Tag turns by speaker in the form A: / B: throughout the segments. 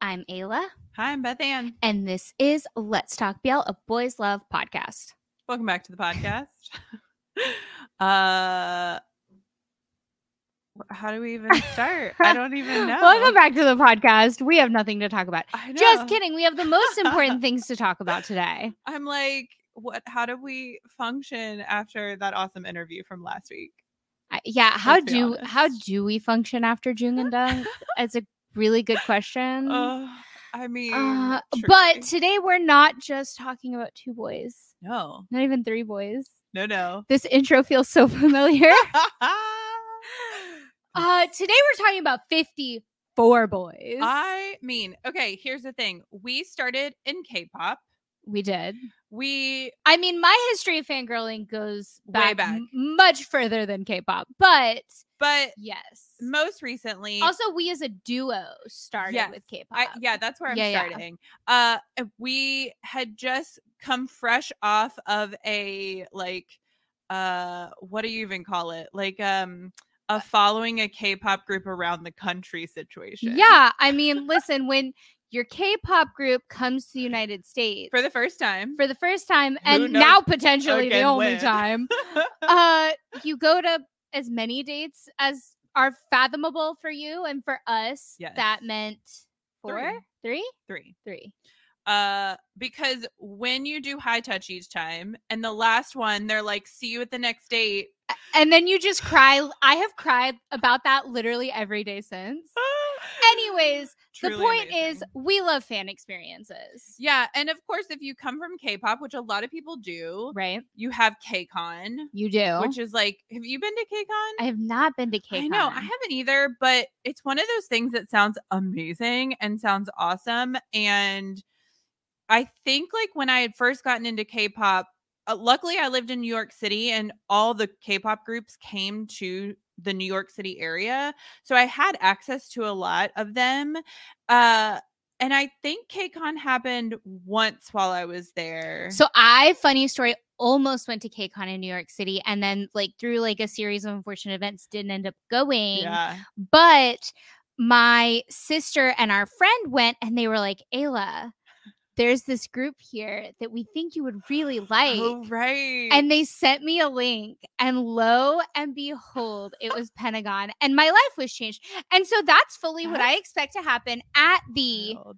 A: I'm Ayla,
B: Hi, I'm Beth Ann.
A: and this is Let's Talk BL, a boys love podcast.
B: Welcome back to the podcast. uh, wh- how do we even start? I don't even know.
A: Welcome back to the podcast. We have nothing to talk about.
B: I know.
A: Just kidding. We have the most important things to talk about today.
B: I'm like, what? How do we function after that awesome interview from last week?
A: I- Yeah, how
B: Let's be
A: do how
B: honest.
A: do we function after Jung and Dong? It's a really good question.
B: Ugh, I mean,
A: Mm. Uh,
B: truly.
A: but today we're not just talking about two boys,
B: no,
A: not even three boys.
B: no, no.
A: This intro feels so familiar. Uh, today we're talking about 54 boys.
B: I mean, okay. Here's the thing: we started in K-pop.
A: we did.
B: We
A: I mean, my history of fangirling goes
B: Way
A: back,
B: back.
A: m- much further than K-pop, but
B: but
A: yes.
B: most recently
A: also, we as a duo started
B: Yes,
A: with K-pop.
B: I, yeah that's where i'm
A: Yeah, yeah.
B: starting uh we had just come fresh off of a like uh what do you even call it like um
A: Uh
B: a following a k-pop group around the country situation
A: Yeah, I mean, listen, when your K-pop group comes to the United States
B: for the first time
A: for the first time,
B: Who
A: and
B: knows
A: now potentially the
B: again
A: only
B: when?
A: time, uh, you go to as many dates as are fathomable for you and for us.
B: Yes.
A: That meant four, three,
B: three
A: three.
B: uh because when you do high touch each time and the last one they're like see you at the next date
A: And then you just cry. I have cried about that literally every day since. Anyways, the
B: Truly
A: point is,
B: amazing.
A: we love fan experiences,
B: yeah and of course if you come from k-pop which a lot of people do
A: right?
B: you have KCON,
A: You do.
B: which is like, have you been to KCON?
A: I have not been to KCON.
B: I know I haven't either, but it's one of those things that sounds amazing and sounds awesome. And I think like when I had first gotten into K-pop, uh, luckily I lived in New York City, and all the K-pop groups came to the New York City area, so I had access to a lot of them. Uh, and I think KCON happened once while I was there.
A: So I, funny story, almost went to KCON in New York City, and then like through like a series of unfortunate events, didn't end up going.
B: yeah,
A: But my sister and our friend went, and they were like, "Ayla, there's this group here that we think you would really like."
B: oh, right.
A: And they sent me a link, and lo and behold, it was Pentagon, and my life was changed. And so that's fully what I expect to happen at the
B: Wild.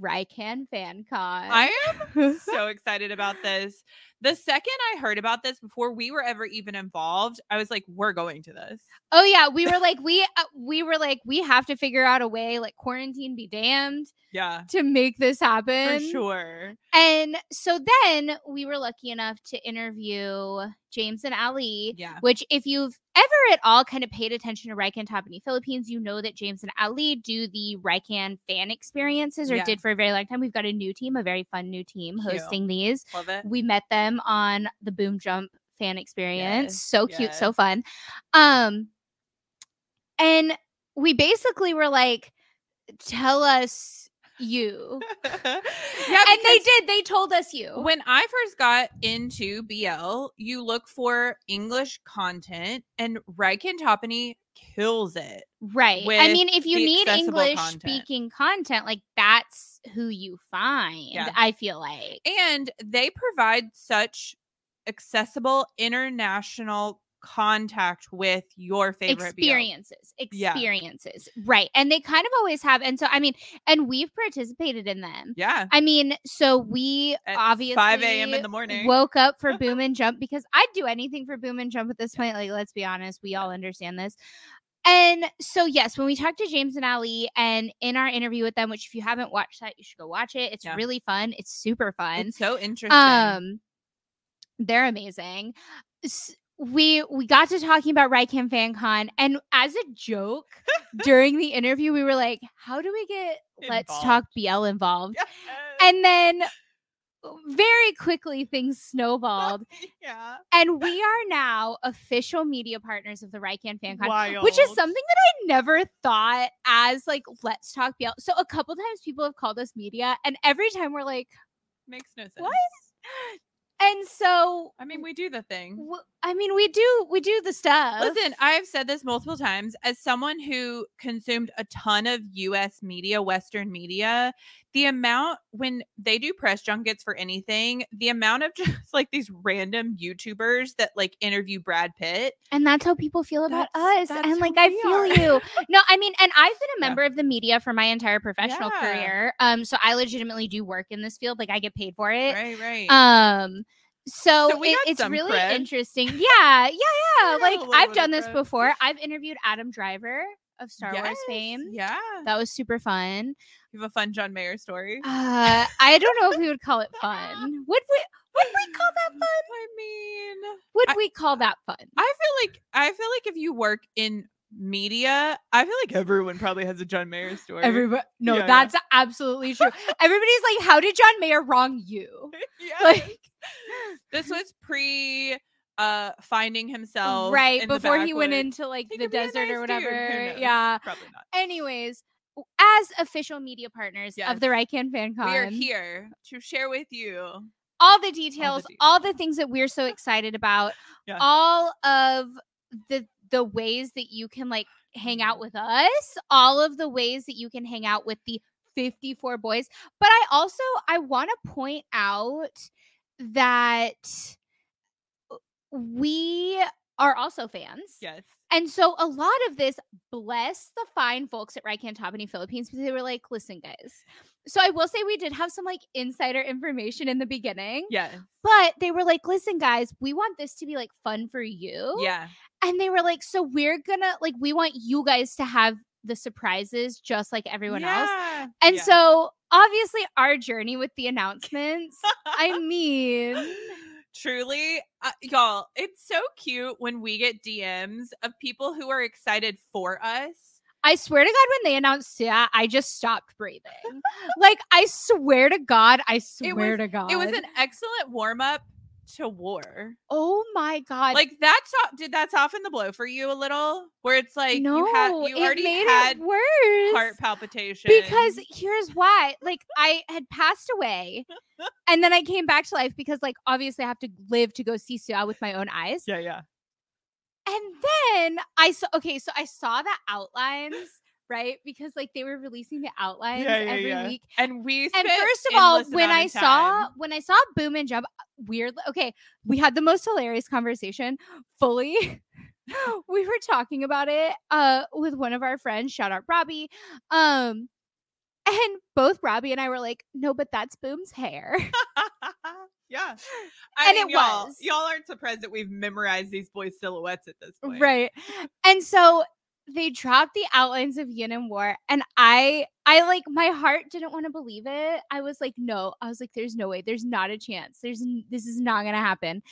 A: Rycan Fan Con.
B: I am so excited about this. The second I heard about this before we were ever even involved, I was like, we're going to this.
A: Oh yeah, we were like we uh, we were like we have to figure out a way like quarantine be damned
B: Yeah,
A: to make this happen.
B: for sure.
A: And so then we were lucky enough to interview James and Ali,
B: Yeah.
A: which if you've ever at all kind of paid attention to Rycan Top in the Philippines, you know that James and Ali do the Rycan fan experiences or
B: Yeah.
A: did for a very long time. We've got a new team, a very fun new team
B: Cute.
A: hosting these.
B: Love it.
A: We met them on the Boom Jump fan experience.
B: Yes,
A: so cute, so fun. Um and we basically were like tell us you.
B: yeah.
A: and they
B: because
A: did. They told us you.
B: When I first got into BL, you look for English content, and Ryken Topany kills it.
A: right. I
B: with
A: mean, if you
B: the
A: need
B: accessible
A: English
B: content.
A: speaking content, like that's who you find,
B: Yeah.
A: I feel like.
B: and they provide such accessible international contact with your favorite BL.
A: experiences
B: Yeah.
A: experiences right and they kind of always have and so i mean and we've participated in them
B: Yeah.
A: i mean so we
B: At
A: obviously
B: 5 a.m. in the morning.
A: woke up for boom and jump because i'd do anything for boom and jump at this point like let's be honest we all understand this and so yes when we talked to james and ali and in our interview with them which if you haven't watched that you should go watch it it's
B: Yeah.
A: really fun it's super fun
B: It's so interesting.
A: um they're amazing S- we we got to talking about Rycam FanCon and as a joke during the interview we were like how do we get let's talk BL involved
B: Yes.
A: and then very quickly things snowballed
B: yeah.
A: and we are now official media partners of the Rycan FanCon
B: Wild.
A: which is something that I never thought as like let's talk BL so a couple times people have called us media and every time we're like
B: makes no sense.
A: What? And so
B: I mean, we do the thing.
A: w- I mean, we do we do the stuff.
B: Mm. Listen, I've said this multiple times as someone who consumed a ton of US media, Western media, the amount when they do press junkets for anything, the amount of just like these random YouTubers that like interview Brad Pitt.
A: and that's how people feel about us.
B: That's- that's
A: And
B: who
A: like I
B: we
A: feel
B: are.
A: you. No, I mean, and I've been a
B: Yeah.
A: member of the media for my entire professional
B: Yeah.
A: career. Um, so I legitimately do work in this field. Like I get paid for it.
B: Right, right.
A: Um, so,
B: So we
A: it-
B: got
A: it's
B: some
A: really
B: cred.
A: interesting. Yeah, yeah, yeah.
B: We got a
A: like
B: little
A: I've
B: bit
A: done
B: of
A: this
B: cred.
A: before. I've interviewed Adam Driver of Star Wars
B: Yes,
A: fame.
B: Yeah.
A: That was super fun.
B: You have a fun John Mayer story.
A: Uh, I don't know if we would call it fun. Would we? Would we call that fun?
B: I mean,
A: Would
B: I-
A: we call that fun?
B: I feel like I feel like if you work in media, I feel like everyone probably has a John Mayer story.
A: Everybody, no,
B: Yeah, yeah.
A: that's absolutely true. Everybody's like, "How did John Mayer wrong you?"
B: Yes.
A: Like,
B: this was pre uh finding himself
A: right
B: in the
A: before he went
B: backwoods.
A: into like
B: He
A: the
B: could be a
A: desert or
B: nice dude, who
A: whatever.
B: knows?
A: Yeah.
B: probably not
A: Anyways, w- as official media partners of the
B: Yes.
A: Rycan Fan
B: we are
A: Con,
B: here to share with you
A: all the details,
B: details.
A: all the things that we're so excited about,
B: Yeah.
A: all of the the ways that you can like hang
B: Mm-hmm.
A: out with us, all of the ways that you can hang out with the 54 boys. But I also I want to point out that uh, we are also fans.
B: yes
A: And so a lot of this, bless the fine folks at Rycan Tabani Philippines, because they were like, listen, guys. So I will say we did have some like insider information in the beginning,
B: yes
A: but they were like, listen, guys, we want this to be like fun for you.
B: yeah
A: And they were like, so we're gonna like, we want you guys to have the surprises just like everyone else.
B: Yeah.
A: And
B: Yeah.
A: so obviously our journey with the announcements, I mean,
B: Truly, uh, y'all, it's so cute when we get DMs of people who are excited for us.
A: I swear to God, when they announced Sia, I just stopped breathing. like, I swear to God, I swear to God.
B: It was an excellent warm up to war.
A: oh my God.
B: Like that so- did that soften the blow for you a little? Where it's like
A: no,
B: you had you
A: it
B: already
A: made
B: had
A: it worse.
B: heart palpitation
A: because here's why. Like, I had passed away and then I came back to life because, like, obviously I have to live to go see Sia with my own eyes.
B: yeah yeah
A: And then I saw, okay, so I saw the outlines, right? Because, like, they were releasing the outlines
B: Yeah, yeah,
A: every
B: yeah.
A: week.
B: and we
A: and
B: spent
A: first of all,
B: endless
A: when
B: amount
A: I
B: of
A: saw
B: time-
A: when I saw Boom and Jump, weird. Okay, we had the most hilarious conversation. Fully, we were talking about it uh, with one of our friends. Shout out Robbie. Um, and both Robbie and I were like, "No, but that's Boom's hair."
B: yeah I
A: And
B: mean,
A: it
B: y'all,
A: was.
B: y'all aren't surprised that we've memorized these boys silhouettes at this point
A: right and so they dropped the outlines of yin and war and i i like my heart didn't want to believe it i was like no i was like there's no way there's not a chance there's n- this is not gonna happen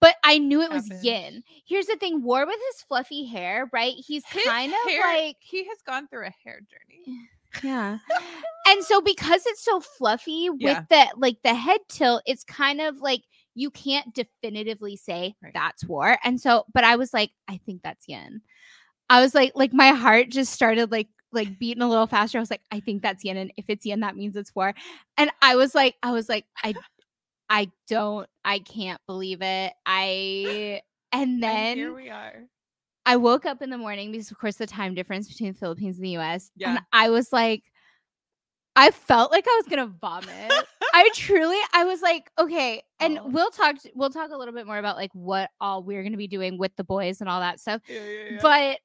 A: but i knew it was
B: Happened.
A: yin here's the thing war with his fluffy hair right he's
B: His
A: kind of
B: hair-
A: like
B: he has gone through a hair journey
A: yeah and so because it's so fluffy with
B: Yeah.
A: the like the head tilt it's kind of like you can't definitively say
B: Right.
A: that's war and so but i was like i think that's yin i was like like my heart just started like like beating a little faster i was like i think that's yin and if it's yin that means it's war and i was like i was like i i don't i can't believe it i and
B: and here
A: then
B: we are
A: I woke up in the morning because, of course, the time difference between the Philippines and the US.
B: Yeah.
A: And I was like, I felt like I was gonna vomit. I truly, I was like, okay, and
B: Oh.
A: we'll talk. We'll talk a little bit more about like what all we're gonna be doing with the boys and all that stuff.
B: Yeah, yeah, yeah.
A: But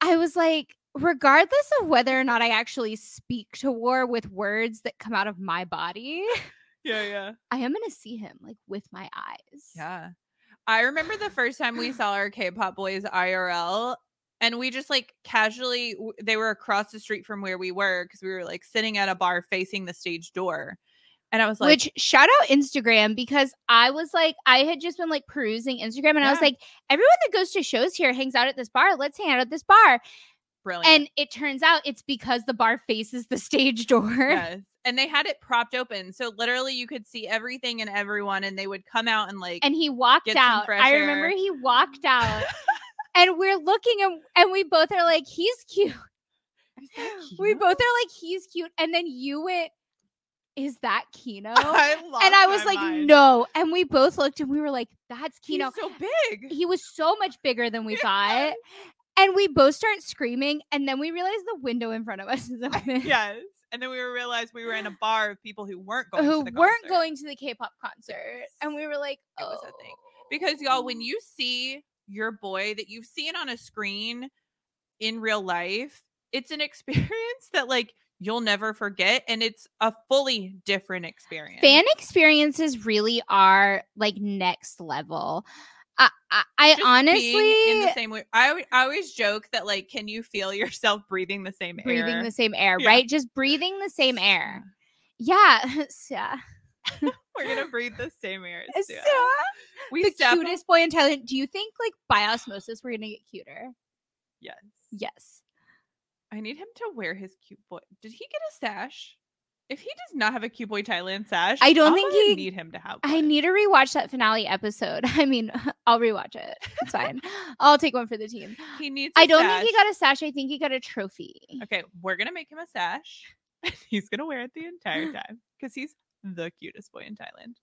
A: I was like, regardless of whether or not I actually speak to war with words that come out of my body,
B: yeah yeah
A: I am gonna see him like with my eyes.
B: Yeah. I remember the first time we saw our K-pop boys IRL and we just like casually w- they were across the street from where we were cuz we were like sitting at a bar facing the stage door. And I was like
A: Which shout out Instagram because I was like, I had just been like perusing Instagram and I was
B: Yeah.
A: like, everyone that goes to shows here hangs out at this bar. Let's hang out at this bar.
B: Oh, brilliant.
A: And it turns out it's because the bar faces the stage door.
B: yes. And they had it propped open. So literally you could see everything and everyone and they would come out and like
A: And he walked
B: Get some
A: out.
B: fresh
A: I remember
B: air.
A: he walked out and we're looking and, and we both are like, he's cute.
B: "Is that
A: We
B: cute?"
A: both are like, he's cute. And then you went, is that Kino?
B: I lost
A: and I
B: my
A: was like,
B: mind.
A: no. And we both looked and we were like, that's
B: He's
A: Kino.
B: so big.
A: he was so much bigger than we thought. And we both start screaming, and then we realize the window in front of us is open.
B: yes. And then we realized we were in a bar of people who weren't going.
A: Who
B: to the
A: weren't
B: concert.
A: going to the K-pop concert, and we were like,
B: It
A: "Oh,
B: was a thing. because y'all, when you see your boy that you've seen on a screen in real life, it's an experience that like you'll never forget, and it's a fully different experience.
A: fan experiences really are like next level." I, I, I
B: Just being in the
A: honestly
B: same way. I, al- I always joke that like, can you feel yourself breathing the same air?
A: breathing the same air,
B: Yeah.
A: right? Just breathing the same air. Yeah, yeah.
B: We're gonna breathe the same air. As Sia.
A: So-
B: we
A: the
B: step
A: cutest boy in Thailand. Do you think like by osmosis we're gonna get cuter?
B: Yes.
A: Yes.
B: I need him to wear his cute boy. Did he get a sash? If he does not have a cute boy Thailand sash,
A: I don't
B: I'm
A: think
B: gonna
A: he-
B: need him to have.
A: I
B: one.
A: need to rewatch that finale episode. I mean, I'll rewatch it. It's fine. I'll take one for the team.
B: He needs. I
A: I don't think he got a sash. I think he got a trophy.
B: Okay, we're gonna make him a sash. he's gonna wear it the entire time because he's the cutest boy in Thailand.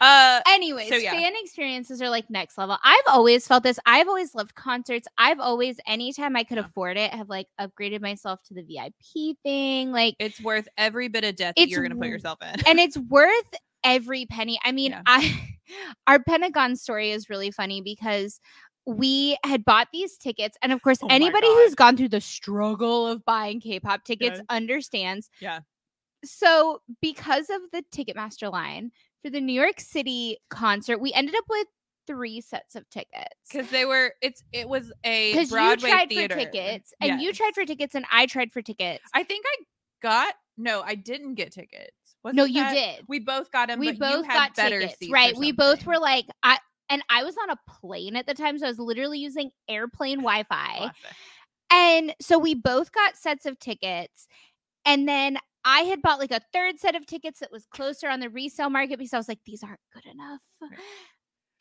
B: Uh,
A: Anyways,
B: So, yeah.
A: fan experiences are like next level. I've always felt this. I've always loved concerts. I've always, anytime I could
B: Yeah.
A: afford it, have like upgraded myself to the VIP thing. Like,
B: it's worth every bit of death that
A: It's
B: you're gonna put
A: w-
B: yourself in.
A: and it's worth every penny. I mean,
B: Yeah.
A: I our Pentagon story is really funny because we had bought these tickets and of course
B: Oh my
A: anybody
B: God.
A: who's gone through the struggle of buying K-pop tickets
B: Yes.
A: understands.
B: Yeah.
A: So, because of the Ticketmaster line for the New York City concert, we ended up with 3 sets of tickets.
B: Because they were, it's it was a
A: Cuz you
B: Broadway
A: tried
B: theater.
A: for tickets and you tried
B: Yes.
A: for tickets and I tried for tickets.
B: I think I got no, I didn't get tickets. Wasn't
A: no, you
B: that-
A: did.
B: We both got them.
A: we
B: but
A: both
B: you had
A: got
B: better
A: tickets,
B: seats or
A: right? We both
B: something.
A: were like, I and I was on a plane at the time, so I was literally using airplane Wi-Fi,
B: Classic.
A: and so we both got sets of tickets, and then. I had bought like a third set of tickets that was closer on the resale market because I was like, these aren't good enough.
B: Right.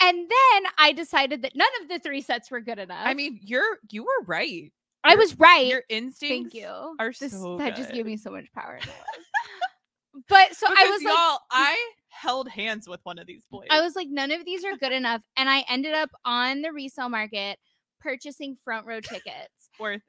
A: And then I decided that none of the three sets were good enough.
B: I mean, you're you were right.
A: I was right.
B: Your instincts.
A: Thank you.
B: are
A: This-
B: so
A: that just gave
B: good.
A: me so much power. in my life. but so I
B: Because
A: was
B: y'all,
A: like,
B: I held hands with one of these boys.
A: I was like, none of these are good enough. And I ended up on the resale market purchasing front row tickets.
B: worth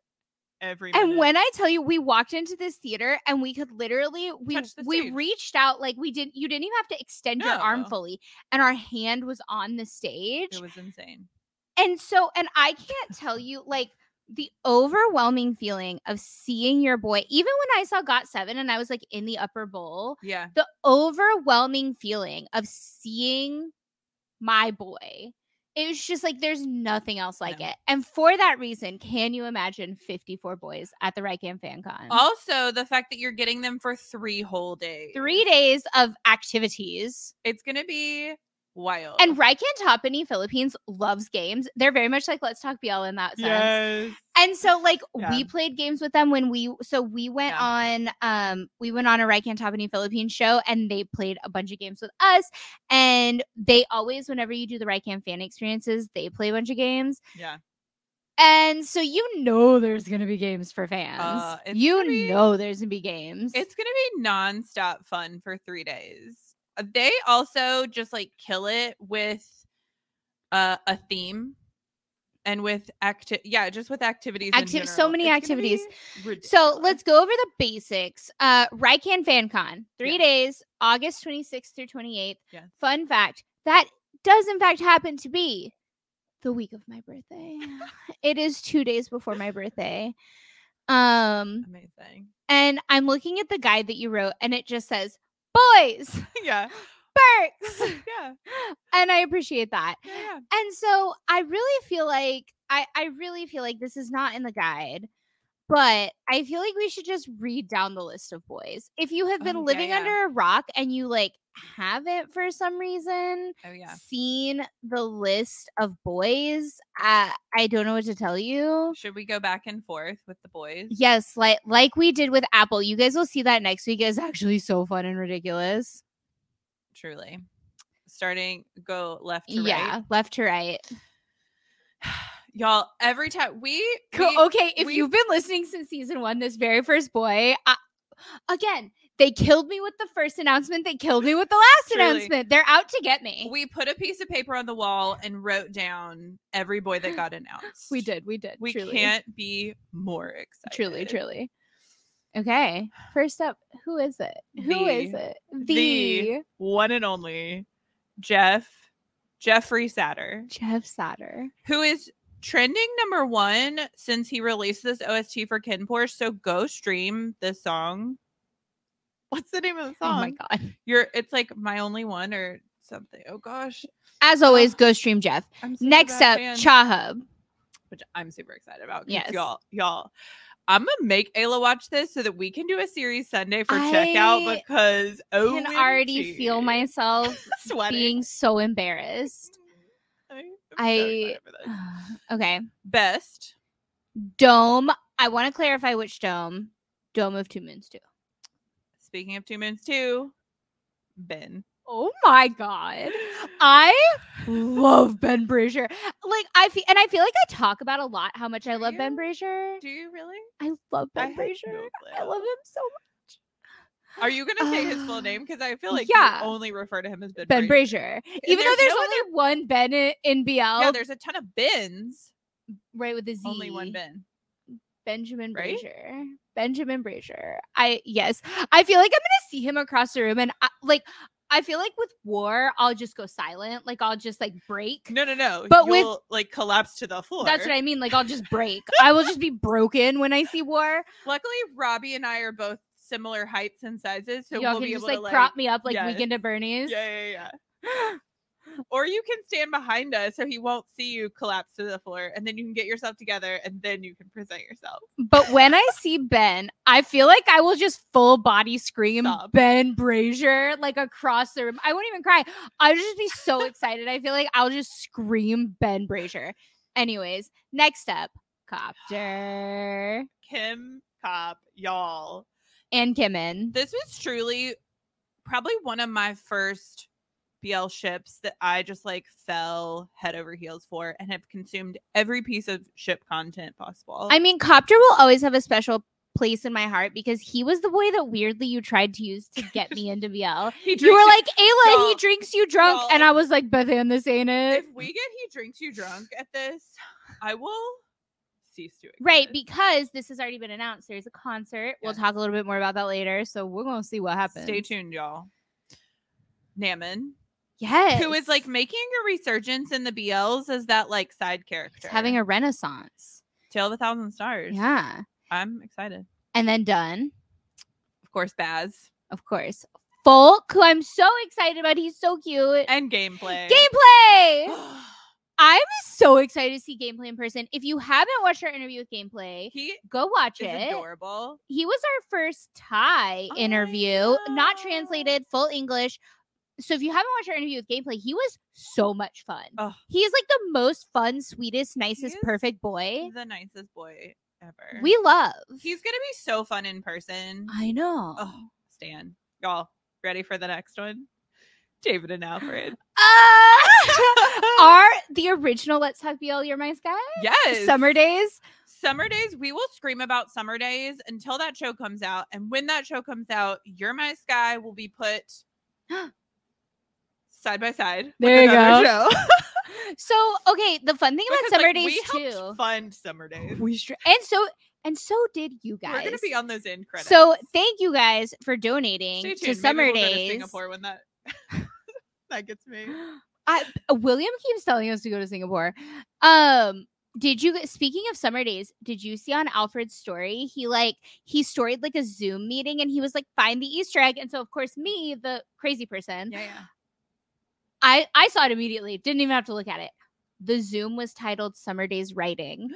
B: every.
A: And
B: minute.
A: when I tell you we walked into this theater and we could literally we
B: Touch the
A: we
B: stage.
A: reached out like we didn't you didn't even have to extend your arm
B: No.
A: fully and our hand was on the stage.
B: it was insane.
A: And so and I can't tell you like the overwhelming feeling of seeing your boy even when I saw Got 7 and I was like in the upper bowl
B: Yeah,
A: the overwhelming feeling of seeing my boy it was just like there's nothing else like
B: No.
A: it and for that reason can you imagine 54 boys at the Rikam fan con
B: Oh, Also, the fact that you're getting them for three whole days.
A: three days of activities
B: It's gonna be wild.
A: and Rikam Topany Philippines loves games they're very much like let's talk BL in that sense
B: yes.
A: And so like
B: Yeah.
A: we played games with them when we so we went
B: Yeah.
A: on um we went on a Raikan Tapani Philippines show and they played a bunch of games with us and they always whenever you do the Raikan fan experiences they play a bunch of games
B: yeah.
A: and so you know there's gonna be games for fans
B: Uh, it's
A: you
B: gonna be-
A: know there's gonna be games
B: It's gonna be nonstop fun for three days. Uh, They also just like kill it with uh, a theme and with acti- yeah, just with activities. in
A: Activ- so
B: general.
A: many
B: It's gonna
A: activities.
B: be
A: so
B: ridiculous.
A: let's go over the basics. Uh Raikan FanCon, three
B: Yeah.
A: days, August 26th through 28th.
B: Yes.
A: Fun fact that does in fact happen to be the week of my birthday. it is two days before my birthday. Um,
B: amazing.
A: and I'm looking at the guide that you wrote, and it just says boys,
B: yeah,
A: perks.
B: yeah,
A: and I appreciate that.
B: yeah, yeah.
A: And so I really feel like I, I really feel like this is not in the guide, but I feel like we should just read down the list of boys. If you have been
B: Oh, yeah,
A: living
B: yeah.
A: under a rock and you like haven't for some reason
B: Oh yeah.
A: seen the list of boys, I I don't know what to tell you.
B: Should we go back and forth with the boys?
A: Yes, like like we did with Apple. You guys will see that next week is actually so fun and ridiculous.
B: Truly. Starting go left to
A: Yeah,
B: right.
A: left to right.
B: Y'all, every time we,
A: Co-
B: we
A: okay, if
B: we-
A: you've been listening since season one, this very first boy, I, again, They killed me with the first announcement. They killed me with the last
B: Truly.
A: announcement. They're out to get me.
B: We put a piece of paper on the wall and wrote down every boy that got announced.
A: We did. We did.
B: We
A: truly.
B: can't uh, be more excited.
A: Truly, truly. Okay. First up, who is it? who is
B: The-
A: it?
B: the-
A: The,
B: One and only Jeff Jeffrey Satter,
A: Jeff Satter.
B: who is trending number one since he released this OST for Ken Porsche. So go stream this song. What's the name of the
A: Oh
B: song?
A: my god.
B: You're it's like my only one or something. Oh gosh.
A: As always, go stream Jeff.
B: I'm such a
A: Next
B: bad
A: up,
B: fan.
A: Cha Hub.
B: which I'm super excited about. 'cause
A: Yes.
B: y'all, y'all, I'm gonna make Ayla watch this so that we can do a series Sunday for
A: I
B: checkout because oh,
A: I can already feel myself
B: sweating.
A: being so embarrassed.
B: I'm so
A: I-
B: excited for this.
A: okay.
B: best.
A: Dome. I want to clarify which dome. Dome of Two Moons 2.
B: Speaking of two moons, two, Ben.
A: Oh my god. I love Ben Brazier. Like I feel and I feel like I talk about a lot how much I
B: Do
A: love Ben
B: you?
A: Brazier.
B: Do you really?
A: I love
B: I
A: Ben
B: had
A: Brazier.
B: no
A: I
B: clue.
A: love him so much.
B: Are you gonna say his
A: Ah.
B: full name? Because I feel like
A: Yeah.
B: you only refer to him as Ben.
A: Ben
B: Brazier.
A: Brazier. Even though there's
B: there's no
A: only one Ben i- in BL,
B: Yeah, there's a ton of Bens.
A: right with a Z.
B: Only one Ben.
A: Benjamin
B: right?
A: Brazier. Benjamin Brazier. I yes. I feel like I'm gonna see him across the room and I, like I feel like with war, I'll just go silent. Like I'll just like break.
B: No, no, no.
A: But with-
B: You'll, like collapse to the floor.
A: That's what I mean. Like I'll just break. I will just be broken when I see war.
B: Luckily, Robbie and I are both similar heights and sizes, so
A: Y'all
B: we'll
A: can
B: be
A: just
B: able
A: like,
B: to like
A: prop me up like
B: yes.
A: Weekend at Bernie's.
B: Yeah, yeah, yeah. Or you can stand behind us so he won't see you collapse to the floor, and then you can get yourself together, and then you can present yourself.
A: But when I see Ben, I feel like I will just full body scream
B: Sob.
A: Ben Brazier like across the room. I won't even cry. I'll just be so excited. I feel like I'll just scream Ben Brazier. Anyways, next up, Copter
B: Kim Cop, y'all.
A: and Kimmin.
B: This was truly probably one of my first BL ships that I just like fell head over heels for and have consumed every piece of ship content possible.
A: I mean, Copter will always have a special place in my heart because he was the boy that weirdly you tried to use to get me into BL.
B: he
A: You were
B: drinks-
A: like, Ayla, he
B: Y'all-
A: drinks you drunk.
B: y'all,
A: and
B: if-
A: I was like, Bethan, this ain't it.
B: if we get he drinks you drunk at this, I will cease to exist.
A: Right, because this has already been announced. There's a concert. We'll
B: Yes.
A: talk a little bit more about that later. So we're gonna see what happens.
B: Stay tuned, y'all. Namin,
A: Yes.
B: who is like making a resurgence in the BLs as that like side character,
A: He's having a renaissance.
B: Tale of a Thousand Stars.
A: Yeah.
B: I'm excited.
A: And then done,
B: Of course, Baz
A: of course. Folk, who I'm so excited about. He's so cute.
B: and gameplay.
A: Gameplay. I'm so excited to see gameplay in person. If you haven't watched our interview with gameplay,
B: he
A: go watch
B: is
A: it.
B: adorable.
A: he was our first Thai
B: I
A: interview, not
B: know.
A: translated, full English. So if you haven't watched our interview with Gameplay, he was so much fun.
B: Oh.
A: He is like the most fun, sweetest, nicest,
B: is
A: perfect boy
B: The nicest boy ever.
A: eh? we love.
B: he's gonna be so fun in person.
A: I know.
B: Oh, Stan, y'all ready for the next one? David and Alfred.
A: Uh, are the original Let's Talk BL You're My Sky?
B: yes,
A: Summer Days?
B: Summer Days, we will scream about Summer Days until that show comes out. And when that show comes out, You're My Sky will be put side by side. with
A: There you
B: another Show.
A: So, okay, the fun thing about
B: Because,
A: Summer
B: like,
A: Days
B: we helped
A: too.
B: fund Summer Days.
A: We str- and so and so did you guys.
B: We're gonna be on those end credits.
A: so thank you guys for
B: Stay
A: donating
B: tuned.
A: to
B: Maybe
A: Summer
B: we'll go to
A: Days.
B: Singapore when that that gets me.
A: I uh, William keeps telling us to go to Singapore. Um, did you speaking of summer days, did you see on Alfred's story? He like he storied like a Zoom meeting and he was like, find the Easter egg. And so of course, me, the crazy person,
B: Yeah, yeah.
A: I, I saw it immediately, didn't even have to look at it. The Zoom was titled Summer Days Writing.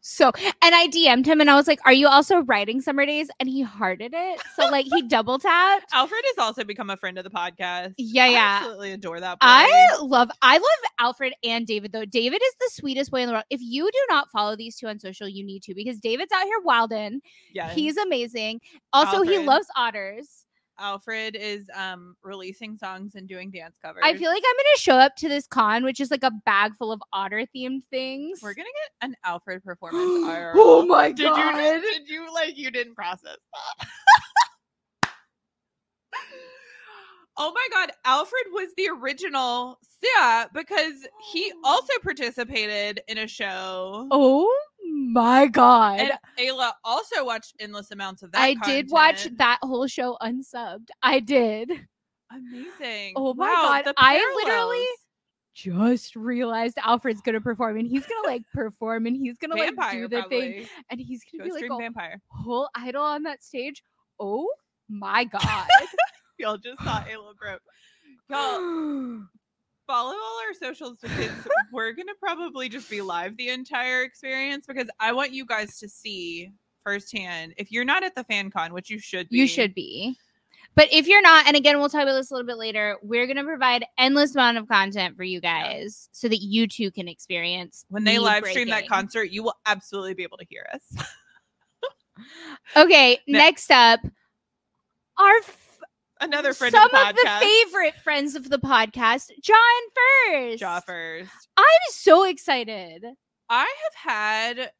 A: So and I DM'd him and I was like, Are you also writing summer days? And he hearted it. So like he double tapped.
B: Alfred has also become a friend of the podcast.
A: Yeah,
B: I
A: yeah.
B: absolutely adore that. Boy.
A: I
B: Um,
A: love I love Alfred and David though. David is the sweetest boy in the world. If you do not follow these two on social, you need to because David's out here wildin'.
B: yes.
A: He's amazing. Also, he
B: Alfred.
A: loves otters.
B: Alfred is um releasing songs and doing dance covers.
A: I feel like I'm gonna show up to this con, which is like a bag full of otter themed things.
B: we're gonna get an Alfred performance. IRL.
A: Oh my
B: Did you
A: God.
B: just, did you like you didn't process that? oh my god, Alfred was the original Sia because he also participated in a show.
A: oh my god.
B: And Ayla also watched endless amounts of that.
A: I did watch
B: content.
A: that whole show unsubbed. I did.
B: Amazing.
A: Oh my
B: Wow,
A: God,
B: the
A: I literally-
B: parallels.
A: Just realized Alfred's gonna perform and he's gonna like perform and he's gonna like do
B: vampire
A: the thing
B: probably.
A: and he's gonna
B: Ghost
A: be like "Oh." a
B: Dream vampire.
A: whole idol on that stage. Oh my god.
B: Y'all just saw Ayla broke. Y'all follow all our socials because we're gonna probably just be live the entire experience because I want you guys to see firsthand. If you're not at the fan con, which you should, be,
A: You should be. But if you're not, and again, we'll talk about this a little bit later, we're going to provide endless amount of content for you guys so that you too can experience.
B: When they
A: me
B: live stream that
A: breaking.
B: concert, you will absolutely be able to hear us.
A: Okay,
B: No.
A: next up, our f-
B: Another friend
A: some
B: of the podcast.
A: favorite friends of the podcast, John First.
B: Jaw first.
A: I'm so excited.
B: I have had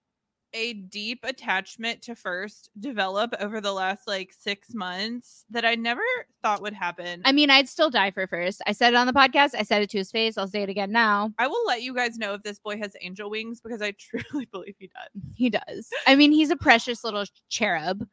B: a deep attachment to first develop over the last like six months that I never thought would happen.
A: I mean, I'd still die for First. I said it on the podcast. I said it to his face. I'll say it again now.
B: I will let you guys know if this boy has angel wings because I truly believe he does.
A: He does. I mean, he's a precious little cherub.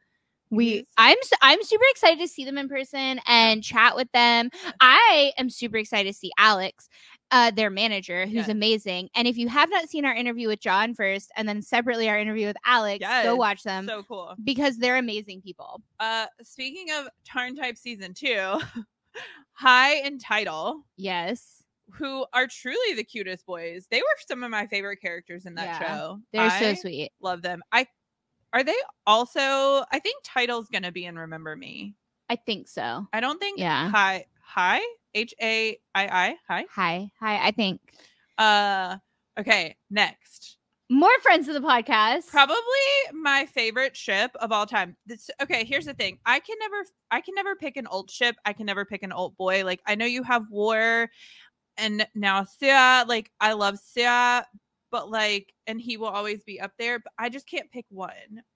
A: We,
B: He's-
A: I'm, s- I'm super excited to see them in person and chat with them. I am super excited to see Alex, uh, their manager, who's
B: Yes.
A: amazing. And if you have not seen our interview with John first, and then separately our interview with Alex, go
B: Yes,
A: watch them
B: So cool.
A: because they're amazing people.
B: Uh, speaking of Tarn Type Season 2, High and Title,
A: Yes,
B: who are truly the cutest boys. They were some of my favorite characters in that
A: Yeah,
B: show.
A: they're so
B: I
A: sweet.
B: Love them. I are they also I think Title's gonna be in Remember Me.
A: I think so.
B: I don't think
A: Yeah.
B: Hi Hi H A I I
A: Hi, hi. I think
B: Hi. Uh okay, next.
A: more friends of the podcast.
B: probably my favorite ship of all time this, okay here's the thing i can never i can never pick an old ship i can never pick an old boy like i know you have war and now sia like i love sia but like and he will always be up there but i just can't pick one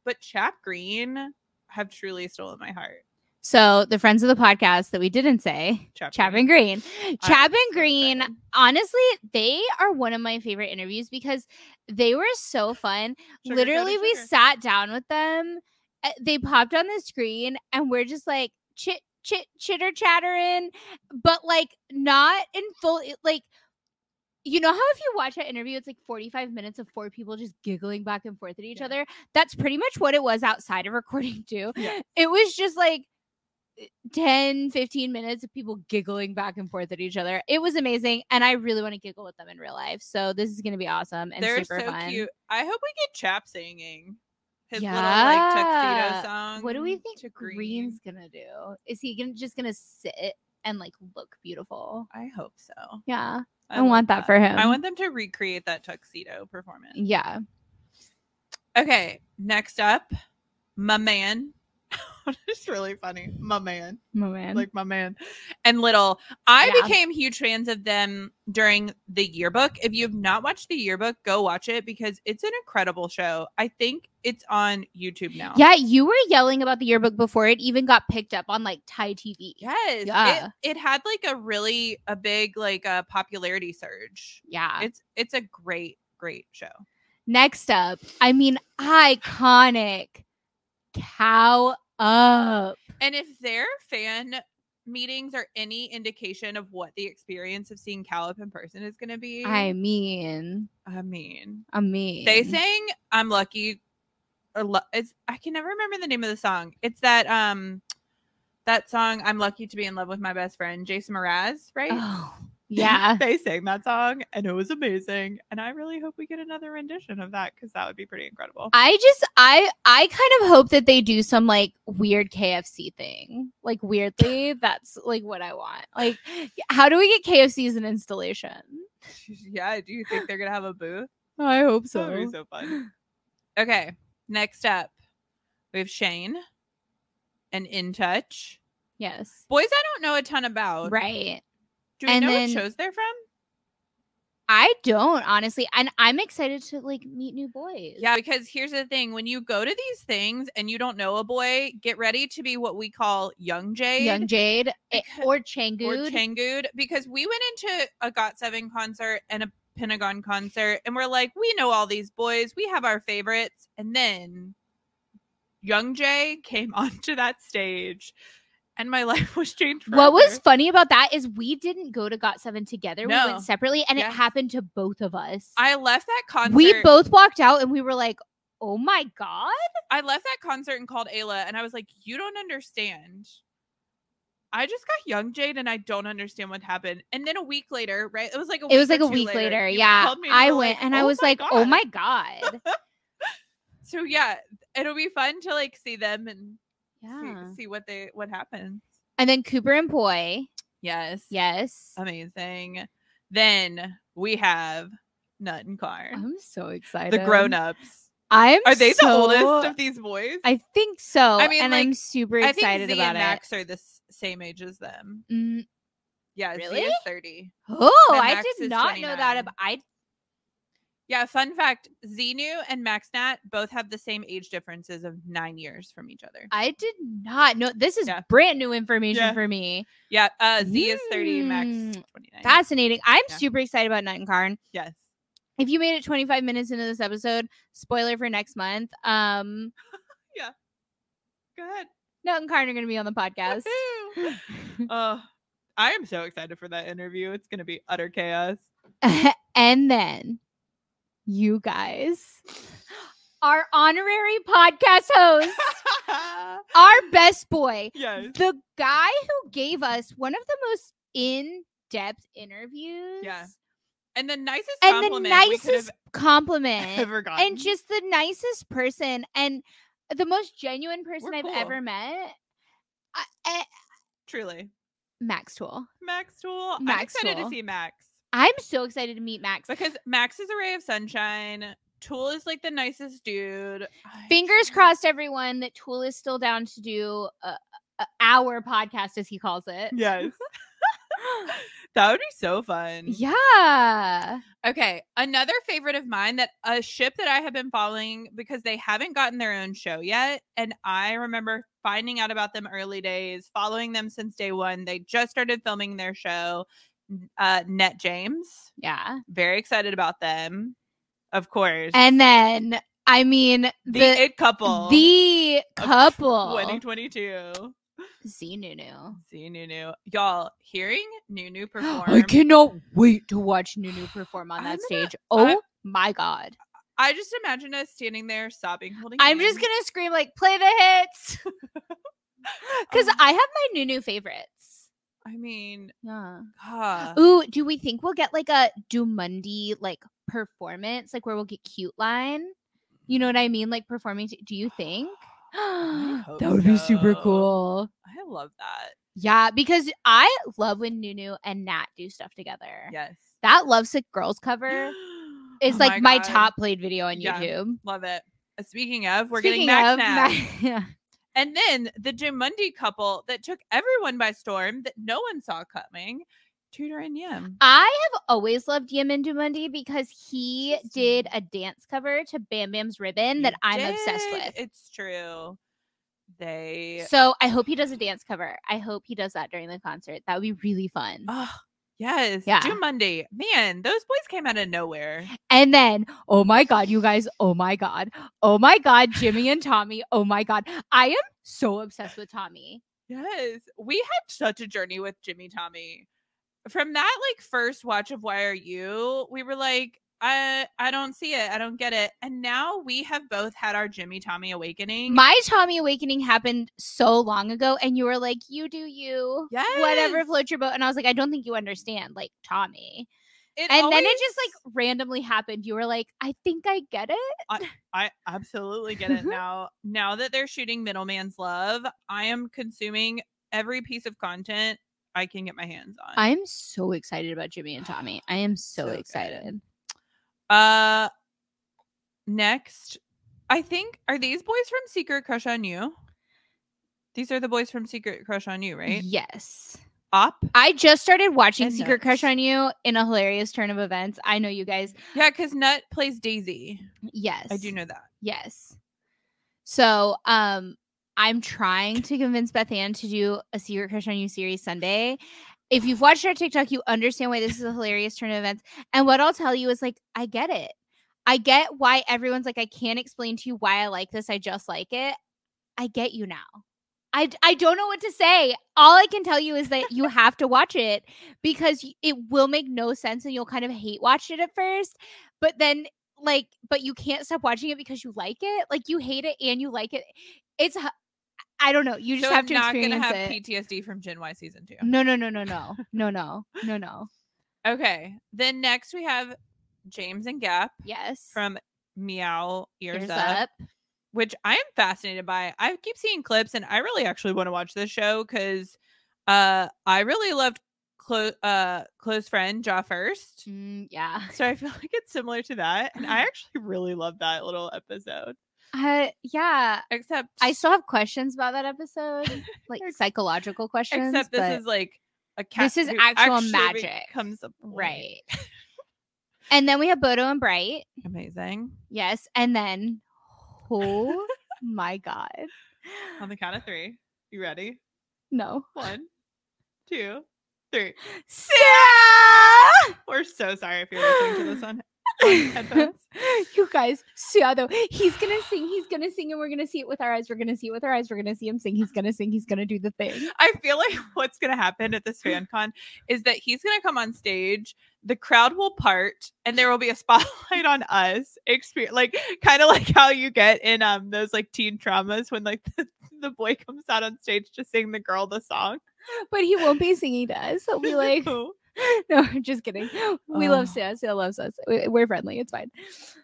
B: but chap green have truly stolen my heart
A: So the friends of the podcast that we didn't say,
B: Chap
A: Chap
B: Green.
A: and Green.
B: I'm
A: Chap
B: so
A: and Green,
B: excited.
A: honestly, they are one of my favorite interviews because they were so fun.
B: Sugar,
A: Literally,
B: sugar,
A: we
B: sugar.
A: sat down with them. uh, They popped on the screen and we're just like chit chit chitter chattering, but like not in full it- like you know how if you watch that interview, it's like 45 minutes of four people just giggling back and forth at each
B: Yeah.
A: other. That's pretty much what it was outside of recording too.
B: Yeah.
A: It was just like 10 15 minutes of people giggling back and forth at each other it was amazing and i really want to giggle with them in real life so this is going to be awesome and
B: they're
A: super
B: so
A: fun
B: cute i hope we get chap singing his little like
A: Yeah.
B: tuxedo song
A: what do we think
B: Um, to
A: green's gonna do is he gonna, just gonna sit and like look beautiful
B: i hope so
A: yeah i,
B: love
A: want that, for him
B: I want them to recreate that tuxedo performance.
A: yeah
B: Okay, next up, my man. it's really funny. My man.
A: my man
B: Like my man. And little. I
A: Yeah.
B: became huge fans of them during the yearbook. If you've not watched the yearbook, go watch it because it's an incredible show. I think it's on YouTube now.
A: yeah you were yelling about the yearbook before it even got picked up on like thai tv
B: Yes.
A: Yeah.
B: It, it had like a really a big like uh, popularity surge.
A: yeah
B: It's it's a great, great show.
A: next up i mean iconic cow up
B: And if their fan meetings are any indication of what the experience of seeing Calip in person is going to be,
A: I mean,
B: I mean,
A: I mean,
B: they sang "I'm Lucky," or lu- it's I can never remember the name of the song. It's that um that song "I'm Lucky to Be in Love with My Best Friend" Jason Mraz, right?
A: Oh, yeah.
B: they sang that song and it was amazing. And I really hope we get another rendition of that because that would be pretty incredible.
A: I just I I kind of hope that they do some like weird KFC thing. Like weirdly, that's like what I want. Like how do we get KFC as an installation?
B: yeah, do you think they're gonna have a booth?
A: I hope
B: That would be so fun. Okay. Next up, we have Shane and In Touch
A: Yes.
B: Boys, I don't know a ton about.
A: Right.
B: Do we
A: and
B: know
A: then-
B: what shows they're from?
A: I don't honestly, and I'm excited to like meet new boys.
B: Yeah, because here's the thing: when you go to these things and you don't know a boy, get ready to be what we call young Jade,
A: Young Jade eh,
B: Because-
A: or
B: or
A: Changu.
B: Changood. Because we went into a Got Seven concert and a Pentagon concert, and we're like, we know all these boys, we have our favorites, and then Young Jay came onto that stage, and my life was changed.
A: what was
B: forever.
A: funny about that is we didn't go to Got Seven together. We
B: No.
A: went separately, and
B: Yes.
A: it happened to both of us.
B: I left that concert.
A: we both walked out, and we were like, "Oh my god!"
B: I left that concert and called Ayla, and I was like, "You don't understand. I just got Young Jade, and I don't understand what happened." And then a week later, right? It was like a
A: It was
B: or
A: like a
B: two
A: week later.
B: you
A: yeah,
B: called me and
A: I
B: you were
A: went,
B: like,
A: and I
B: "Oh
A: was like, "Oh
B: God."
A: my god!"
B: So yeah, it'll be fun to like see them and
A: yeah.
B: see, see what they what happens.
A: And then Cooper and Poi.
B: Yes.
A: Yes.
B: Amazing. Then we have Nut and Car,
A: I'm so excited.
B: the grown ups.
A: I'm.
B: Are they the
A: so-
B: oldest of these boys?
A: I think so.
B: I mean,
A: and I'm
B: like,
A: super
B: I think
A: excited
B: Z
A: about
B: and
A: it.
B: Max are the s- same age as them.
A: Mm,
B: Yeah,
A: Really?
B: Z is thirty.
A: oh,
B: And
A: I
B: Max
A: did
B: is
A: not know that.
B: 29.
A: About, I
B: Yeah, fun fact Xenu and MaxNat both have the same age differences of nine years from each other.
A: I did not know. This is
B: Yeah.
A: brand new information
B: Yeah.
A: for me.
B: Yeah, uh, Z is 30, Max
A: Mm,
B: 29.
A: Fascinating. I'm
B: Yeah.
A: super excited about Nut and Karn.
B: yes.
A: If you made it 25 minutes into this episode, spoiler for next month. Um,
B: Go ahead.
A: Nut and Karn are going to be on the podcast.
B: Woohoo. Oh, I am so excited for that interview. It's going to be utter chaos.
A: and then you guys, our honorary podcast host, our best boy,
B: yes.
A: the guy who gave us one of the most in-depth interviews
B: Yeah. And the nicest
A: and the
B: compliment we could have
A: nicest compliment
B: ever gotten.
A: and just the nicest person and the most genuine person i've
B: cool.
A: ever met I, I-
B: truly.
A: max tool
B: Max Tool. I'm
A: Max
B: excited
A: Tool.
B: to see Max
A: i'm so excited to meet max
B: because Max is a ray of sunshine. Tool is like the nicest dude. I
A: fingers
B: just-
A: crossed everyone that tool is still down to do uh, uh, our podcast as he calls it
B: Yes. that would be so fun.
A: yeah
B: Okay. Another favorite of mine that a ship that I have been following because they haven't gotten their own show yet. And I remember finding out about them early days, following them since day one. They just started filming their show, n- uh, Net James.
A: yeah
B: Very excited about them, of course.
A: and then i mean
B: the,
A: the
B: it couple.
A: The couple.
B: 2022.
A: Z Nunu.
B: See Nunu. Y'all, hearing Nunu perform.
A: I cannot wait to watch Nunu perform on
B: I'm
A: that
B: gonna-
A: stage.
B: I-
A: Oh my god.
B: I just imagine us standing there sobbing, holding
A: I'm just
B: hands.
A: gonna scream like play the hits. Cause
B: Um,
A: I have my Nunu favorites.
B: I mean,
A: Yeah.
B: God.
A: Ooh, do we think we'll get like a Dumundi like performance, like where we'll get cute line? You know what I mean? Like performing. to- do you think?
B: Mm. I hope
A: that would be super
B: so.
A: cool.
B: I love that.
A: Yeah, because I love when Nunu and Nat do stuff together.
B: Yes.
A: That Lovesick Girls cover is
B: Oh
A: like my,
B: God.
A: top played video on
B: Yeah.
A: YouTube.
B: Love it. Uh, Speaking of, we're
A: Speaking
B: getting Max
A: of
B: now.
A: Ma- yeah.
B: And then the Jumundi couple that took everyone by storm that no one saw coming, Tudor and Yim.
A: I have always loved Yemen Dumundi because he
B: Interesting.
A: did a dance cover to Bam Bam's Ribbon that
B: You
A: I'm obsessed
B: did.
A: with.
B: It's true. They
A: So I hope he does a dance cover. I hope he does that during the concert. That would be really fun.
B: oh yes.
A: Yeah.
B: Jumundi. Man, those boys came out of nowhere.
A: And then, oh my God, you guys, oh my God, oh my God, Jimmy and Tommy, oh my God. I am so obsessed with Tommy.
B: Yes. We had such a journey with Jimmy Tommy. From that like first watch of Why Are You, we were like, I I don't see it. I don't get it. And now we have both had our Jimmy Tommy awakening.
A: My Tommy awakening happened so long ago, and you were like, "You do you, whatever
B: Yes.
A: floats your boat." And I was like, "I don't think you understand, like Tommy."
B: It
A: and then it
B: always-
A: just like randomly happened. You were like, "I think I get it."
B: I absolutely get it now. Now that they're shooting Middleman's Love, I am consuming every piece of content I can get my hands on.
A: I'm so excited about Jimmy and Tommy. I am so,
B: So good.
A: excited.
B: uh next, I think are these boys from Secret Crush on You? These are the boys from Secret Crush on You, right?
A: Yes.
B: Op.
A: I just started watching
B: And
A: Secret Crush
B: Nuts.
A: on You in a hilarious turn of events. I know you guys.
B: Yeah, because Nut plays Daisy.
A: Yes.
B: Mm-hmm. I do know that.
A: Yes. So, um, I'm trying to convince Beth Ann to do a Secret Crush on You series Sunday. If you've watched our TikTok, you understand why this is a hilarious turn of events. And what I'll tell you is like, I get it. I get why everyone's like, I can't explain to you why I like this. I just like it. I get you now. I, d- I don't know what to say. All I can tell you is that you have to watch it because y- it will make no sense and you'll kind of hate watch it at first. But then like but you can't stop watching it because you like it like you hate it and you like it it's h- i don't know you just
B: so
A: have
B: I'm
A: to
B: not
A: experience
B: gonna have
A: it Mm-hmm.
B: PTSD from Gen Y season two.
A: no no no no no no no no no
B: Okay. Then next we have James and Gap
A: yes
B: from Meow Ears,
A: Ears
B: Up, which I am fascinated by. I keep seeing clips, and I really actually want to watch this show because uh, I really loved close uh, close friend Jaw First.
A: Mm, yeah
B: So I feel like it's similar to that, and I actually really love that little episode.
A: uh, yeah
B: Except
A: i still have questions about that episode like
B: Ex-
A: psychological questions
B: except this
A: but-
B: is like a cat.
A: this is
B: who
A: actual
B: actually
A: magic.
B: Becomes a boy.
A: right and then we have bodo and bright
B: Amazing.
A: yes and then oh my god
B: On the count of three, you ready?
A: no
B: One, two, three.
A: Sarah!
B: We're so sorry if you're listening to this on, on headphones.
A: you guys, yeah, though he's gonna sing, he's gonna sing, and we're gonna see it with our eyes. We're gonna see it with our eyes. We're gonna see him sing. He's gonna sing. He's gonna do the thing.
B: I feel like what's going to happen at this fan con is that he's going to come on stage, the crowd will part, and there will be a spotlight on us. Exper- like kind of like how you get in um those like teen traumas when like the, the boy comes out on stage to sing the girl the song.
A: But he won't be singing to us. He'll be like, no,
B: Oh,
A: I'm just kidding. We
B: Oh.
A: love Sarah. Sarah loves us. We- We're friendly. It's fine.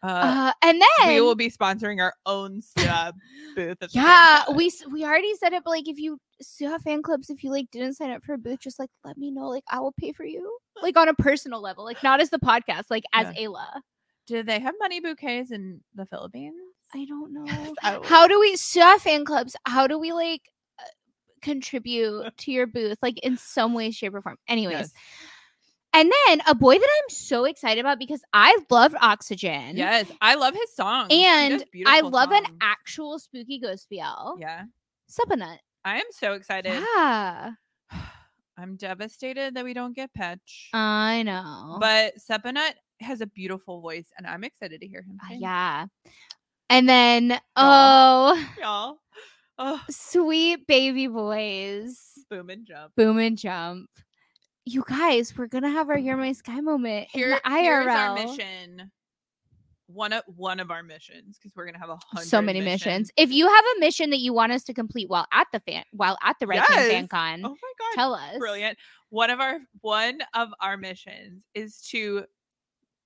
B: uh,
A: Uh, and then
B: we will be sponsoring our own uh, booth. at the fan
A: yeah,
B: con.
A: we s- we already said it. But like, if you still have fan clubs, if you like didn't sign up for a booth, just like let me know. Like, I will pay for you. Like on a personal level, like not as the podcast, like as Ayla.
B: do they have money bouquets in the Philippines? Oh,
A: I don't know.
B: I would-
A: how do we so our fan clubs how do we like uh, contribute to your booth like in some way shape or form anyways
B: Yes.
A: and then a boy that i'm so excited about because i love oxygen
B: Yes, I love his song.
A: and i love an actual spooky ghost bl yeah.
B: Yeah,
A: suppanut
B: I am so excited.
A: yeah
B: I'm devastated that we don't get Petch,
A: i know
B: but Sepanut has a beautiful voice, and I'm excited to hear him.
A: Uh,
B: sing.
A: yeah and then
B: Aw.
A: oh
B: y'all. Oh,
A: sweet baby boys
B: boom and jump.
A: boom and jump. You guys, we're gonna have our Hear My Sky moment in
B: Here,
A: the IRL.
B: here's our mission. One of one of our missions because we're gonna have a hundred
A: So many missions. If you have a mission that you want us to complete while at the fan, while at the Red
B: Yes.
A: Hand Fan Con,
B: Oh my god,
A: tell us.
B: brilliant one of our one of our missions is to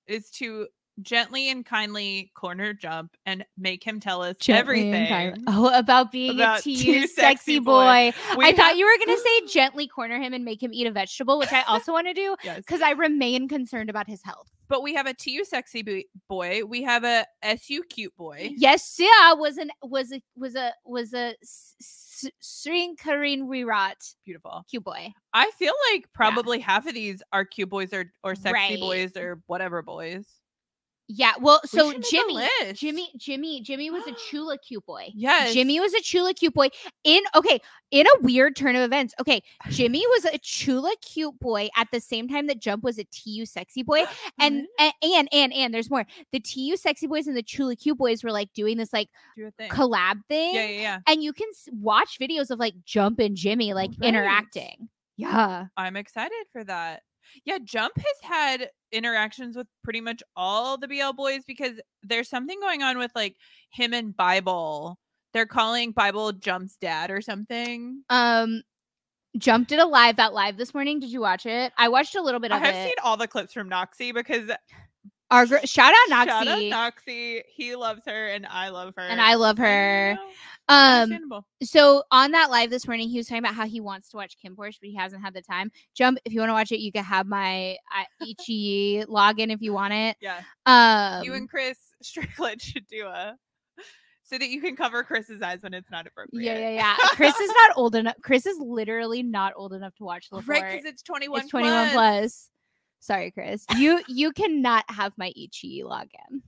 B: is to gently and kindly corner jump and make him tell us
A: Gently and
B: everything
A: kindly- Oh, about being
B: About
A: a TU
B: TU
A: sexy,
B: sexy
A: boy.
B: boy.
A: Oh, I thought you were gonna say gently corner him and make him eat a vegetable, which I also want to do
B: yes.
A: because I remain concerned about his health.
B: but we have a tu sexy bo- boy we have a su cute boy
A: Yes, yeah, was an was a was a was a s- s- Srin Karin Rirat
B: beautiful
A: cute boy.
B: i feel like probably half of these are cute boys or or sexy
A: Right.
B: boys or whatever boys
A: Yeah, well,
B: We
A: so
B: should make a
A: Jimmy,
B: list.
A: Jimmy, Jimmy, Jimmy was a Chula cute boy.
B: yes
A: Jimmy was a Chula cute boy in okay, in a weird turn of events. Okay, Jimmy was a Chula cute boy at the same time that Jump was a TU sexy boy. And and and and, and there's more. The TU sexy boys and the Chula cute boys were like doing this like
B: do a thing
A: collab thing.
B: yeah yeah yeah
A: And you can s- watch videos of like Jump and Jimmy like
B: Right.
A: interacting. Yeah.
B: I'm excited for that. Yeah, Jump has had interactions with pretty much all the BL boys because there's something going on with like him and Bible. They're calling Bible Jump's dad or something.
A: Um Jump did a live that live this morning. Did you watch it? I watched a little bit
B: I
A: of
B: have
A: it.
B: seen all the clips from Noxie because
A: Our gr- shout out
B: shout out
A: Noxie,
B: Noxie, he loves her and I love her.
A: and I love her.
B: know,
A: Um,
B: understandable.
A: so on that live this morning, he was talking about how he wants to watch Kim Porsche, but he hasn't had the time. Jump, if you want to watch it, you can have my uh, Ichi login if you want it.
B: yeah,
A: Um,
B: you and Chris Strickland should do a so that you can cover Chris's eyes when it's not appropriate.
A: Yeah, yeah, yeah. Chris is not old enough. Chris is literally not old enough to watch LaFort.
B: Right, because it's 21
A: it's 21 plus.
B: plus.
A: Sorry, Chris. You you cannot have my Ichi login.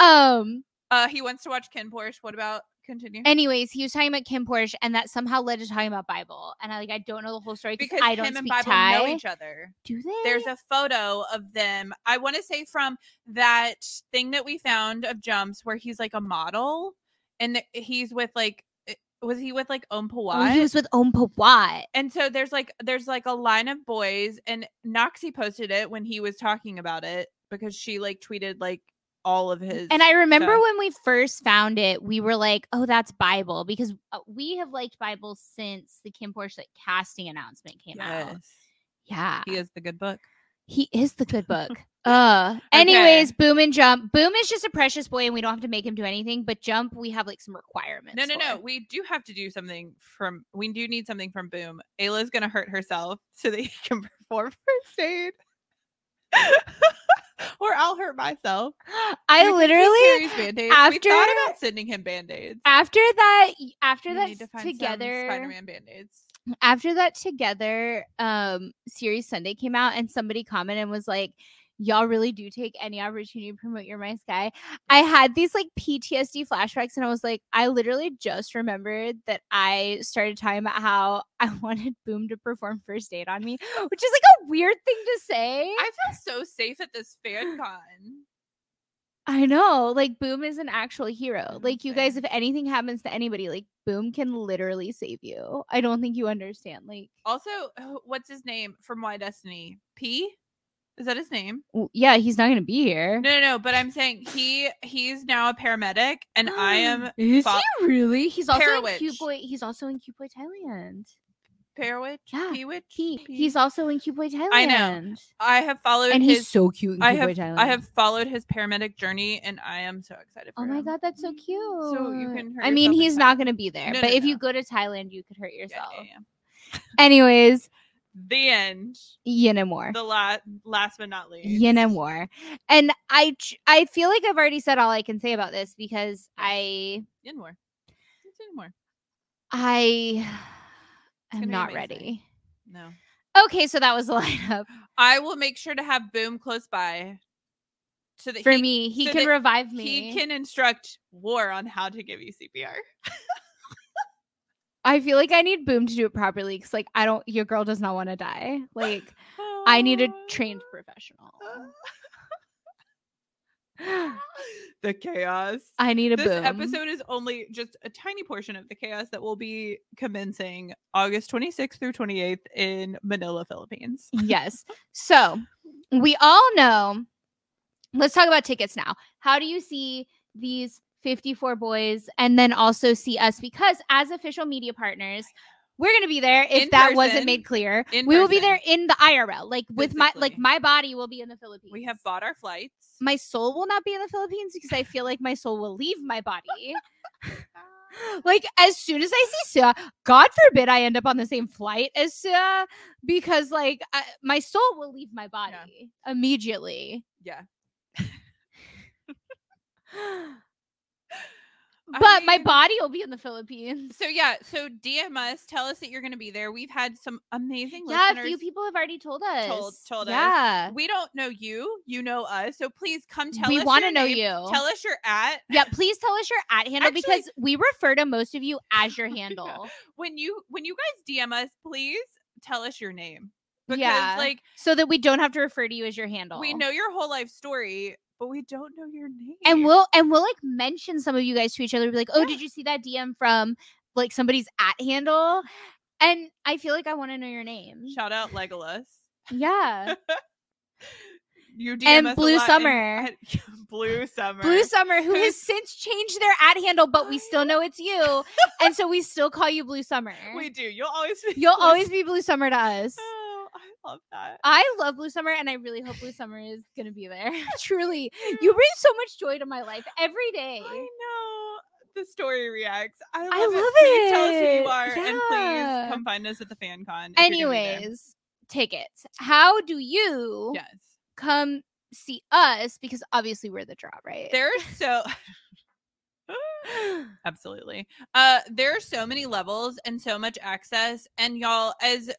A: Um.
B: Uh, he wants to watch Ken Porsche. What about continue?
A: Anyways, he was talking about Kim Porsche, and that somehow led to talking about Bible. And I like I don't know the whole story
B: because
A: because I don't
B: him and
A: speak
B: Bible
A: Thai.
B: know each other.
A: Do they?
B: There's a photo of them. I want to say from that thing that we found of jumps where he's like a model, and th- he's with like, i- was he with like Om
A: Oh, he
B: Pawai?
A: was with Om Pawat.
B: and so there's like there's like a line of boys, and Noxie posted it when he was talking about it because she like tweeted like all of his.
A: And I remember
B: stuff.
A: when we first found it, we were like, "Oh, that's Bible," because uh, we have liked Bible since the Kim Porsche like, casting announcement came out.
B: yes,
A: Yeah,
B: he is the good book.
A: he is the good book. Uh. Anyways, Boom and Jump. Boom is just a precious boy, and we don't have to make him do anything. But Jump, we have like some requirements.
B: No, no, no.
A: for.
B: We do have to do something from. We do need something from Boom. Ayla's gonna hurt herself so that he can perform first aid, or I'll hurt myself.
A: I
B: Because he
A: literally
B: carries Band-Aids. we thought
A: after-
B: about sending him band aids.
A: after that after
B: We
A: that
B: need to find Spider
A: together
B: Man band aids.
A: after that together um series sunday came out and somebody commented and was like y'all really do take any opportunity to promote your my sky i had these like ptsd flashbacks and i was like i literally just remembered that i started talking about how i wanted boom to perform first date on me which is like a weird thing to say
B: I feel so safe at this fan con.
A: I know. Like Boom is an actual hero.
B: Mhm,
A: Like you guys,
B: same.
A: if anything happens to anybody, like Boom can literally save you. I don't think you understand. Like
B: Also, who- what's his name from Why Destiny? P. Is that his name?
A: w- yeah, he's not gonna be here.
B: No, no, no. But I'm saying he he's now a paramedic, and I am
A: Is
B: fo-
A: he really? He's also in
B: Parawitch.
A: Cute Boy. He's also in Cute Boy Thailand.
B: parawitch.
A: Yeah,
B: P-witch?
A: He
B: P-
A: he's also in Cute Boy Thailand.
B: I know. I have followed
A: And he's
B: his.
A: so cute in Cute
B: I
A: Boy
B: have
A: Thailand.
B: I have followed his paramedic journey, and I am so excited. For
A: Oh my
B: him.
A: god, that's so
B: Mm,
A: cute.
B: So you can. Hurt
A: I mean,
B: yourself in
A: he's not gonna be there,
B: No,
A: but
B: no,
A: if you
B: no.
A: go to Thailand, you could hurt
B: Thailand. Yeah,
A: yourself.
B: yeah, yeah.
A: Anyways,
B: The end.
A: yin and more.
B: The last, last but not least.
A: Yin and War. And I ch- I feel like I've already said all I can say about this because I
B: Yin war. It's Yin war.
A: I
B: gonna
A: am
B: be
A: not
B: amazing.
A: ready.
B: No.
A: Okay, so that was the lineup.
B: I will make sure to have Boom close by, so that
A: For
B: he,
A: me, he
B: so
A: can
B: that
A: revive me.
B: he can instruct War on how to give you CPR.
A: I feel like I need Boom to do it properly cuz like I don't your girl does not want to die. Like I need a trained professional.
B: Ah. the chaos.
A: I need a
B: this
A: boom.
B: episode is only just a tiny portion of the chaos that will be commencing August 26th through 28th in Manila, Philippines.
A: yes. So we all know. Let's talk about tickets now. How do you see these 54 boys and then also see us? Because as official media partners, we're going to be there if
B: In
A: that
B: person.
A: wasn't made clear. We
B: In
A: will be there
B: person.
A: in the IRL. Like with my like
B: Physically.
A: my body will be in the Philippines.
B: We have bought our flights.
A: my soul will not be in the Philippines because I feel like my soul will leave my body. like as soon as I see Sua, God forbid I end up on the same flight as Sua because like I, my soul will leave my body immediately.
B: Yeah. I
A: But my
B: mean-
A: body will be in the Philippines.
B: So yeah, so DM us, tell us that you're going to be there. We've had some amazing
A: yeah, a
B: listeners.
A: few people have already told us.
B: told us.
A: yeah.
B: We don't know you, you know us. So please come tell
A: We
B: us.
A: wanna
B: your
A: know
B: name,
A: you.
B: Tell us your at.
A: Yeah, please tell us your at handle
B: Actually-
A: because we refer to most of you as your handle.
B: When you when you guys DM us, please tell us your name. Because
A: Yeah.
B: like
A: so that we don't have to refer to you as your handle.
B: we know your whole life story, but we don't know your name.
A: and we'll and we'll like mention some of you guys to each other. Be like, oh,
B: Yeah.
A: did you see that DM from like somebody's at handle? And I feel like I want to know your name.
B: shout out Legolas.
A: Yeah,
B: You DM
A: And
B: us a
A: Blue
B: lot
A: Summer.
B: at- Blue Summer.
A: Blue Summer, who has
B: Who's-
A: since changed their at handle, but we still know it's you, and so we still call you Blue Summer.
B: We do. You'll always be
A: You'll
B: Blue
A: always be Blue Summer to us.
B: Oh, I love that.
A: I love Blue Summer, and I really hope Blue Summer is gonna be there. Truly, you bring so much joy to my life every day.
B: I know. The story reacts. I love,
A: I
B: it.
A: love
B: Please tell us who
A: it.
B: you are and
A: Yeah.
B: please come find us at the fan con. if you're gonna be there.
A: Anyways, tickets. How do you
B: Yes.
A: eh, come see us? Because obviously we're the draw, right?
B: There are so Absolutely. Uh there are so many levels and so much access and y'all as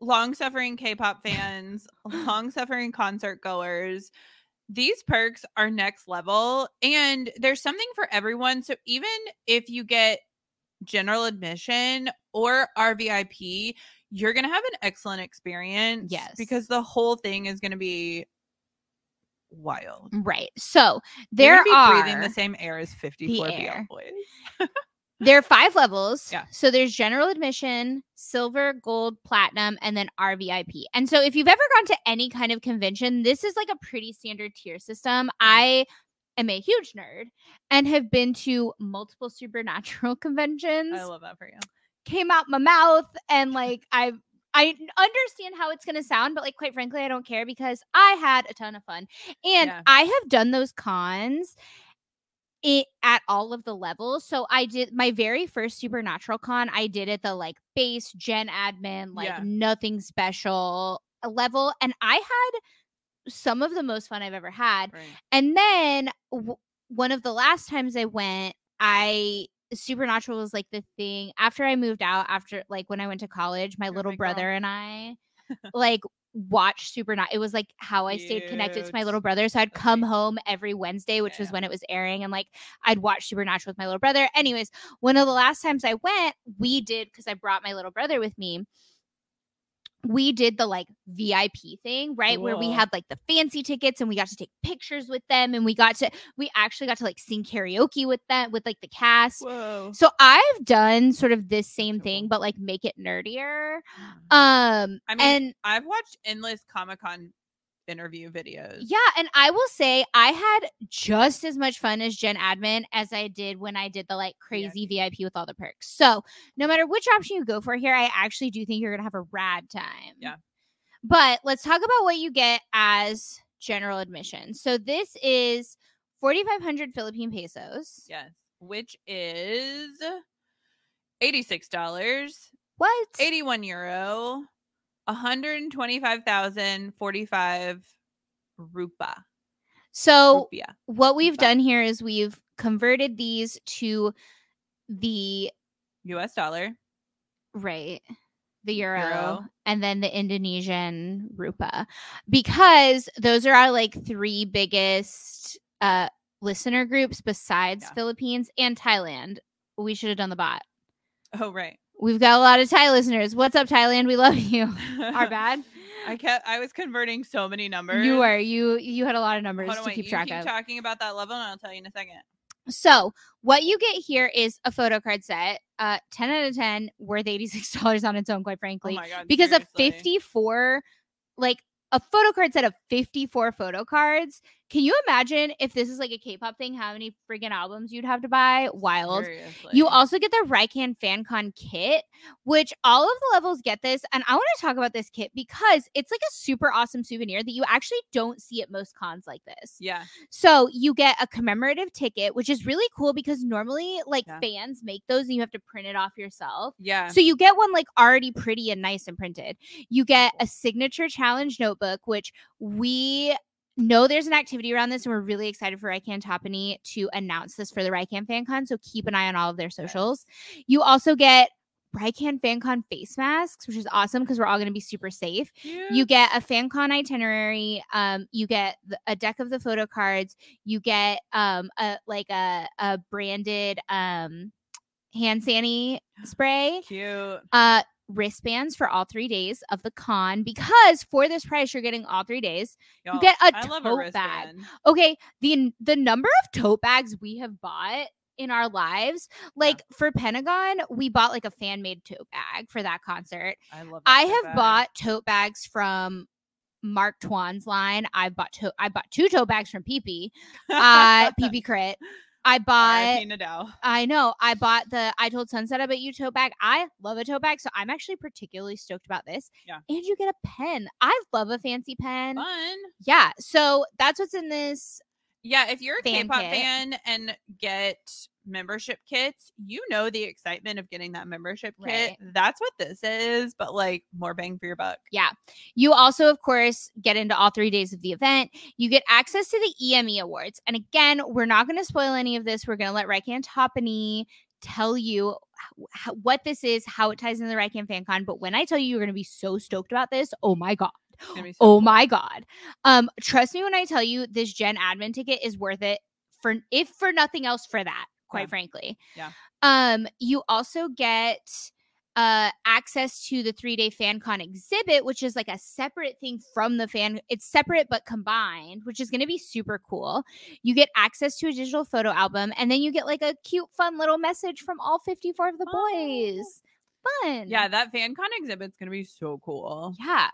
B: long-suffering K-pop fans, long-suffering concert goers, these perks are next level and there's something for everyone. So even if you get general admission or RVIP, you're going to have an excellent experience.
A: Yes.
B: Because the whole thing is going to be wild.
A: Right. So
B: You're
A: there
B: gonna be
A: are
B: breathing the same air as 54
A: air.
B: BL boys.
A: there are five levels.
B: Yeah.
A: So there's general admission, silver, gold, platinum, and then RVIP. And so if you've ever gone to any kind of convention, this is like a pretty standard tier system. I am a huge nerd and have been to multiple supernatural conventions.
B: I love that for you.
A: Came out my mouth and like I I understand how it's going to sound, but like quite frankly, I don't care because I had a ton of fun. And
B: Yeah.
A: I have done those cons it at all of the levels. So I did my very first Supernatural Con. I did at the like base gen admin, like
B: Yeah.
A: nothing special uh, level, and I had some of the most fun I've ever had.
B: Right.
A: And then w- one of the last times I went, I supernatural was like the thing after I moved out after like when I went to college, my
B: Oh
A: little
B: my God.
A: brother and I like watched supernatural. It was like how I stayed connected to my
B: Cute.
A: little brother. So I'd
B: That's
A: come
B: sweet.
A: home every Wednesday, which was
B: Yeah.
A: when it was airing and like I'd watch supernatural with my little brother. Anyways, one of the last times I went, we did cuz I brought my little brother with me we did the like VIP thing, right? Where we
B: Cool.
A: had like the fancy tickets and we got to take pictures with them and we got to we actually got to like sing karaoke with them with like the cast.
B: Whoa.
A: So I've done sort of this same
B: So cool.
A: thing but like make it nerdier. Um
B: I mean,
A: and
B: I've watched endless Comic Con interview videos.
A: Yeah, and I will say I had just as much fun as Gen Admin as I did when I did the like crazy VIP with all the perks. So no matter which option you go for here, I actually do think you're gonna have a rad time.
B: Yeah.
A: But let's talk about what you get as general admission. So this is 4,500 Philippine pesos.
B: Yes. Which is eighty-six dollars,
A: What?
B: eighty-one euro, one hundred and twenty-five thousand forty-five rupa.
A: So
B: Rupia.
A: what we've
B: Fuck.
A: done here is we've converted these to the
B: US dollar.
A: Right. The euro,
B: Euro.
A: and then the Indonesian rupa because those are our like three biggest uh listener groups besides
B: Yeah.
A: Philippines and Thailand. We should have done the bot.
B: Oh right.
A: We've got a lot of Thai listeners. What's up Thailand? We love you. Our bad.
B: I kept I was converting so many numbers.
A: You were you you had a lot of numbers
B: Hold on,
A: to
B: wait,
A: keep
B: you
A: track
B: keep
A: of.
B: talking about that level and I'll tell you in a second.
A: So what you get here is a photo card set, uh, ten out of ten, worth eighty six dollars on its own. Quite
B: Oh
A: frankly,
B: my god.
A: because a
B: seriously.
A: 54 like a photo card set of 54 photo cards can you imagine if this is like a k-pop thing how many freaking albums you'd have to buy wild you
B: Seriously.
A: also get the Rycan FanCon kit, which all of the levels get this. And I want to talk about this kit because it's like a super awesome souvenir that you actually don't see at most cons like this.
B: Yeah.
A: So you get a commemorative ticket, which is really cool because normally like
B: Yeah.
A: fans make those and you have to print it off yourself.
B: Yeah.
A: So you get one like already pretty and nice and printed. You get a signature challenge notebook, which we know there's an activity around this, and we're really excited for Rycan Topany to announce this for the Rycan FanCon. So keep an eye on all of their socials. You also get Rycan FanCon face masks, which is awesome because we're all going to be super safe. You
B: Cute.
A: get a FanCon itinerary. Um, you get the, a deck of the photo cards. You get um, a like a, a branded um, hand sanitizer spray
B: cute.
A: uh wristbands for all three days of the con because for this price you're getting all three days
B: Y'all,
A: get a
B: I love
A: tote bag.
B: wristband.
A: okay the the number of tote bags we have bought in our lives like for pentagon we bought like a fan made tote bag for that concert
B: I love. that
A: i
B: so
A: have
B: bad.
A: bought tote bags from mark twan's line i bought to- i bought two tote bags from pp uh pp crit i bought
B: RIP Nadal.
A: I know. I bought the I told Sunset about you tote bag. I love a tote bag, so I'm actually particularly stoked about this.
B: Yeah.
A: And you get a pen. I love a fancy pen.
B: Fun.
A: Yeah. So that's what's in this.
B: Yeah, if you're a
A: Fan
B: K-pop
A: kit.
B: fan and get membership kits, you know the excitement of getting that membership kit.
A: Right.
B: That's what this is, but like more bang for your buck.
A: Yeah. You also, of course, get into all three days of the event. You get access to the EME Awards. And again, we're not going to spoil any of this. We're going to let Rycan Toppany tell you h- h- what this is, how it ties into the Rycan FanCon. But when I tell you, you're going to be so stoked about this. Oh my God.
B: It's gonna be so
A: Oh
B: cool.
A: my God. Um, trust me when I tell you, this Gen admin ticket is worth it for, if for nothing else, for that, quite
B: Yeah.
A: frankly.
B: Yeah.
A: Um, you also get uh access to the three day fan con exhibit which is like a separate thing from the fan it's separate but combined which is going to be super cool you get access to a digital photo album and then you get like a cute fun little message from all 54 of the
B: Oh.
A: boys fun
B: Yeah, that fan con exhibit's gonna be so cool.
A: yeah.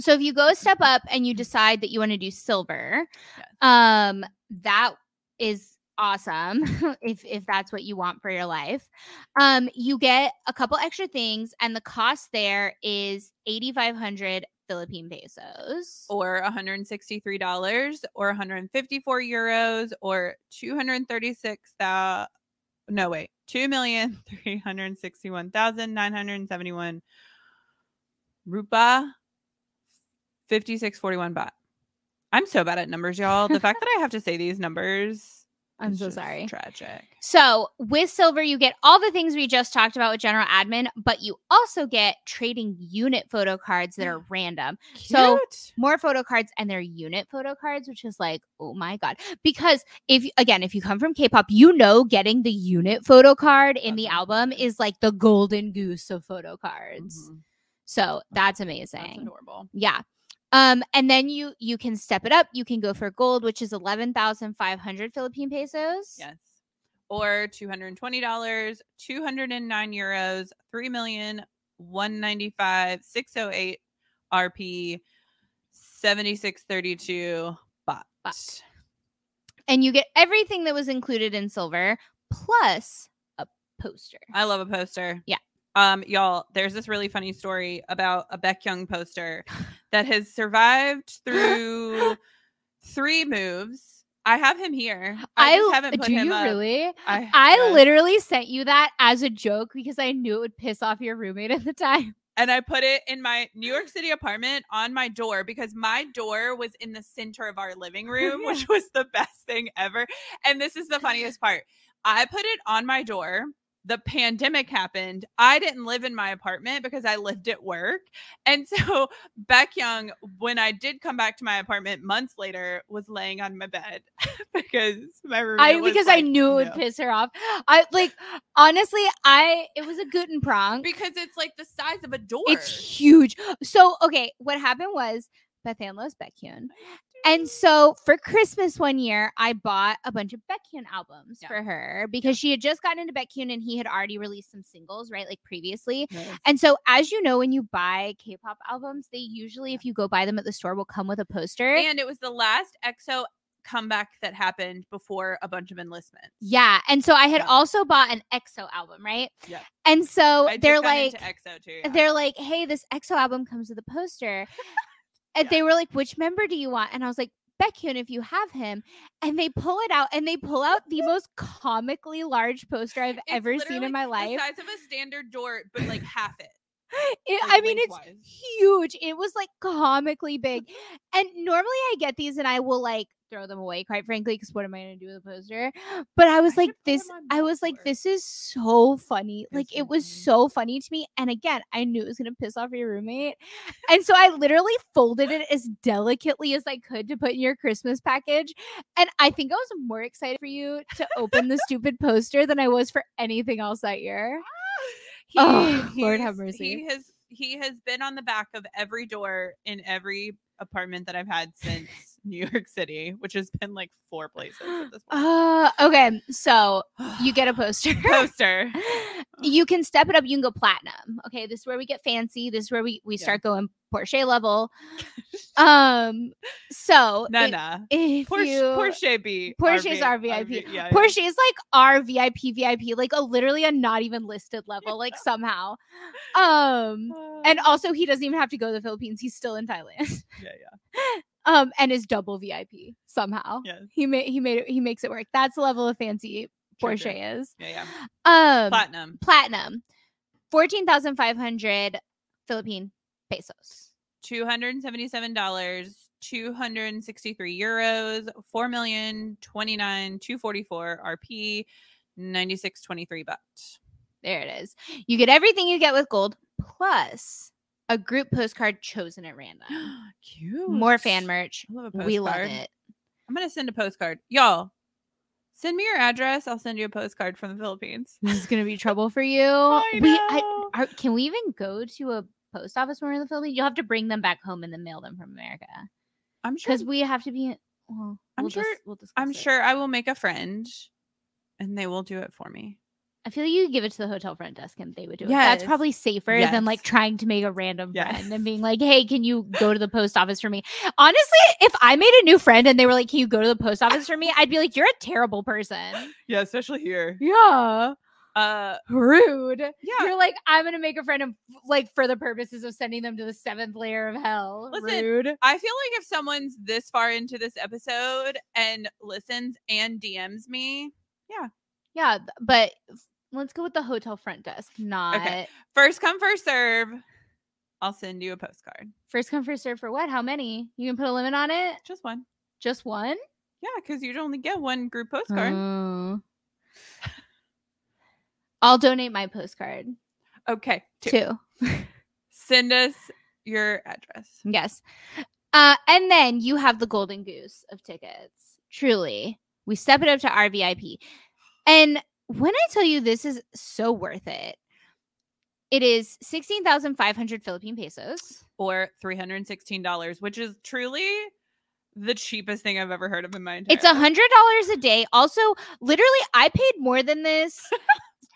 A: So if you go a step up and you decide that you want to do silver,
B: Yes.
A: um, that is awesome if if that's what you want for your life. Um, you get a couple extra things, and the cost there is eighty five hundred Philippine pesos.
B: Or $163 or 154 euros or 236 thou no wait, two million three hundred sixty one thousand nine hundred seventy one rupa fifty six forty one baht. I'm so bad at numbers, y'all. The fact that I have to say these numbers
A: I'm
B: is
A: so
B: just
A: sorry.
B: Tragic.
A: So with silver, you get all the things we just talked about with general admin, but you also get trading unit photo cards
B: Mm.
A: that are random. So-
B: Cute.
A: more photo cards and their unit photo cards, which is like, oh my God. Because if, again, if you come from K pop, you know getting the unit photo card in the
B: That's
A: album
B: amazing.
A: is like the golden goose of photo cards.
B: Mhm.
A: So that's
B: That's
A: amazing.
B: adorable.
A: yeah. Um, and then you you can step it up. You can go for gold, which is eleven thousand five hundred Philippine pesos.
B: Yes. Or two hundred and twenty dollars, two hundred and nine euros, three million one ninety five six oh eight RP seventy six thirty two bot.
A: Baht. Uh, And you get everything that was included in silver plus a poster.
B: I love a poster.
A: Yeah.
B: Um, y'all, there's this really funny story about a Beck Young poster that has survived through three moves. I have him here. I, just haven't put
A: do
B: him
A: you
B: up.
A: really?
B: I,
A: I
B: literally.
A: literally sent you that as a joke because I knew it would piss off your roommate at the time.
B: and I put it in my New York City apartment on my door because my door was in the center of our living room,
A: Yeah.
B: which was the best thing ever. And this is the funniest part. I put it on my door. The pandemic happened. I didn't live in my apartment because I lived at work. And so Beck Young, when I did come back to my apartment months later, was laying on my bed because my roommate
A: I
B: was
A: because I
B: like,
A: knew it would
B: "No."
A: piss her off. I like honestly, I it was a Guten Prong.
B: because it's like the size of a door.
A: It's huge. So okay, what happened was Bethan loves Baekhyun. And so for Christmas one year, I bought a bunch of Baekhyun albums
B: Yeah.
A: for her because she had just gotten into Baekhyun and he had already released some singles, right? Like previously.
B: Yes.
A: And so, as you know, when you buy K-pop albums, they usually, if you go buy them at the store, will come with a poster.
B: And it was the last EXO comeback that happened before a bunch of enlistment.
A: yeah. And so I had
B: Yeah.
A: also bought an EXO album, right?
B: Yeah.
A: And so
B: I just
A: they're
B: got
A: like,
B: into EXO too. yeah.
A: they're like, hey, this EXO album comes with a poster. and
B: Yeah.
A: they were like, which member do you want? And I was like, Baekhyun, if you have him. And they pull it out and they pull out the most comically large poster I've
B: It's
A: ever seen
B: literally
A: in my
B: the
A: life.
B: size of a standard door, but like half it.
A: It,
B: like,
A: I mean, it's
B: lengthwise.
A: huge. It was like comically big. And normally I get these and I will like throw them away, quite frankly, because what am I going to do with a poster? But I was
B: I
A: like,
B: should put 'em
A: this,
B: on
A: I was like,
B: Billboard.
A: this is so funny.
B: Yes,
A: Like,
B: so
A: it was
B: funny.
A: so funny to me. And again, I knew it was going to piss off your roommate. And so I literally folded it as delicately as I could to put in your Christmas package. And I think I was more excited for you to open the stupid poster than I was for anything else that year.
B: He,
A: Oh, Lord have
B: he's-
A: mercy.
B: He has he has been on the back of every door in every apartment that I've had since New York City, which has been like four places at this point.
A: Uh, okay. So you get a poster.
B: poster.
A: you can step it up. You can go platinum. Okay, this is where we get fancy. This is where we we
B: Yeah.
A: start going Porsche level. um, so i-
B: Nana.
A: if
B: Porsche
A: you
B: Porsche B.
A: Porsche's
B: RV,
A: our VIP.
B: yeah, yeah.
A: Porsche is like our VIP VIP, like a literally a not even listed level, like somehow. Um, and
B: Uh,
A: also he doesn't even have to go to the Philippines. He's still in Thailand.
B: yeah, yeah.
A: Um, and is double VIP somehow.
B: Yes.
A: He made he made it, he makes it work. That's the level of fancy
B: True,
A: Porsche
B: true.
A: is.
B: Yeah, yeah.
A: Um,
B: Platinum.
A: platinum, fourteen thousand five hundred Philippine pesos.
B: two hundred seventy-seven dollars, two hundred sixty-three euros, four million twenty-nine two forty-four RP, ninety-six twenty-three baht.
A: There it is. You get everything you get with gold plus a group postcard chosen at random.
B: Cute.
A: More fan merch.
B: I love a postcard.
A: We love it.
B: I'm gonna send a postcard, y'all. Send me your address. I'll send you a postcard from the Philippines.
A: This is gonna be trouble for you.
B: I
A: We I,
B: know.
A: are, can we even go to a post office when we're in the Philippines? You'll have to bring them back home and then mail them from America
B: I'm sure.
A: because we have to be. Well,
B: I'm
A: we'll
B: sure-
A: dis- we'll
B: I'm
A: discuss it.
B: sure I will make a friend, and they will do it for me.
A: I feel like you could give it to the hotel front desk and they would do it. That's
B: Yes.
A: probably safer than like
B: Yes.
A: trying to make a random
B: Yes.
A: friend and being like, hey, can you go to the post office for me? Honestly, if I made a new friend and they were like, can you go to the post office for me? I'd be like, you're a terrible person.
B: Yeah, especially here.
A: Yeah.
B: Uh,
A: Rude.
B: yeah.
A: You're like, I'm going to make a friend of, like for the purposes of sending them to the seventh layer of hell.
B: Listen,
A: Rude.
B: I feel like if someone's this far into this episode and listens and DMs me,
A: Yeah. th- But f- let's go with the hotel front desk, not
B: first come, first serve, I'll send you a postcard.
A: first come, first serve for what? How many? You can put a limit on it?
B: Just one.
A: Just one?
B: Yeah, because you'd only get one group postcard.
A: Oh. I'll donate my postcard Mm-hmm.
B: okay. Two.
A: too.
B: Send us your address.
A: Yes. Uh, and then you have the golden goose of tickets. Truly, we step it up to RVIP. And when I tell you this is so worth it, it is 16,500 Philippine pesos.
B: Or $316, which is truly the cheapest thing I've ever heard of in my entire
A: It's a
B: life.
A: hundred dollars a day. Also, literally, I paid more than this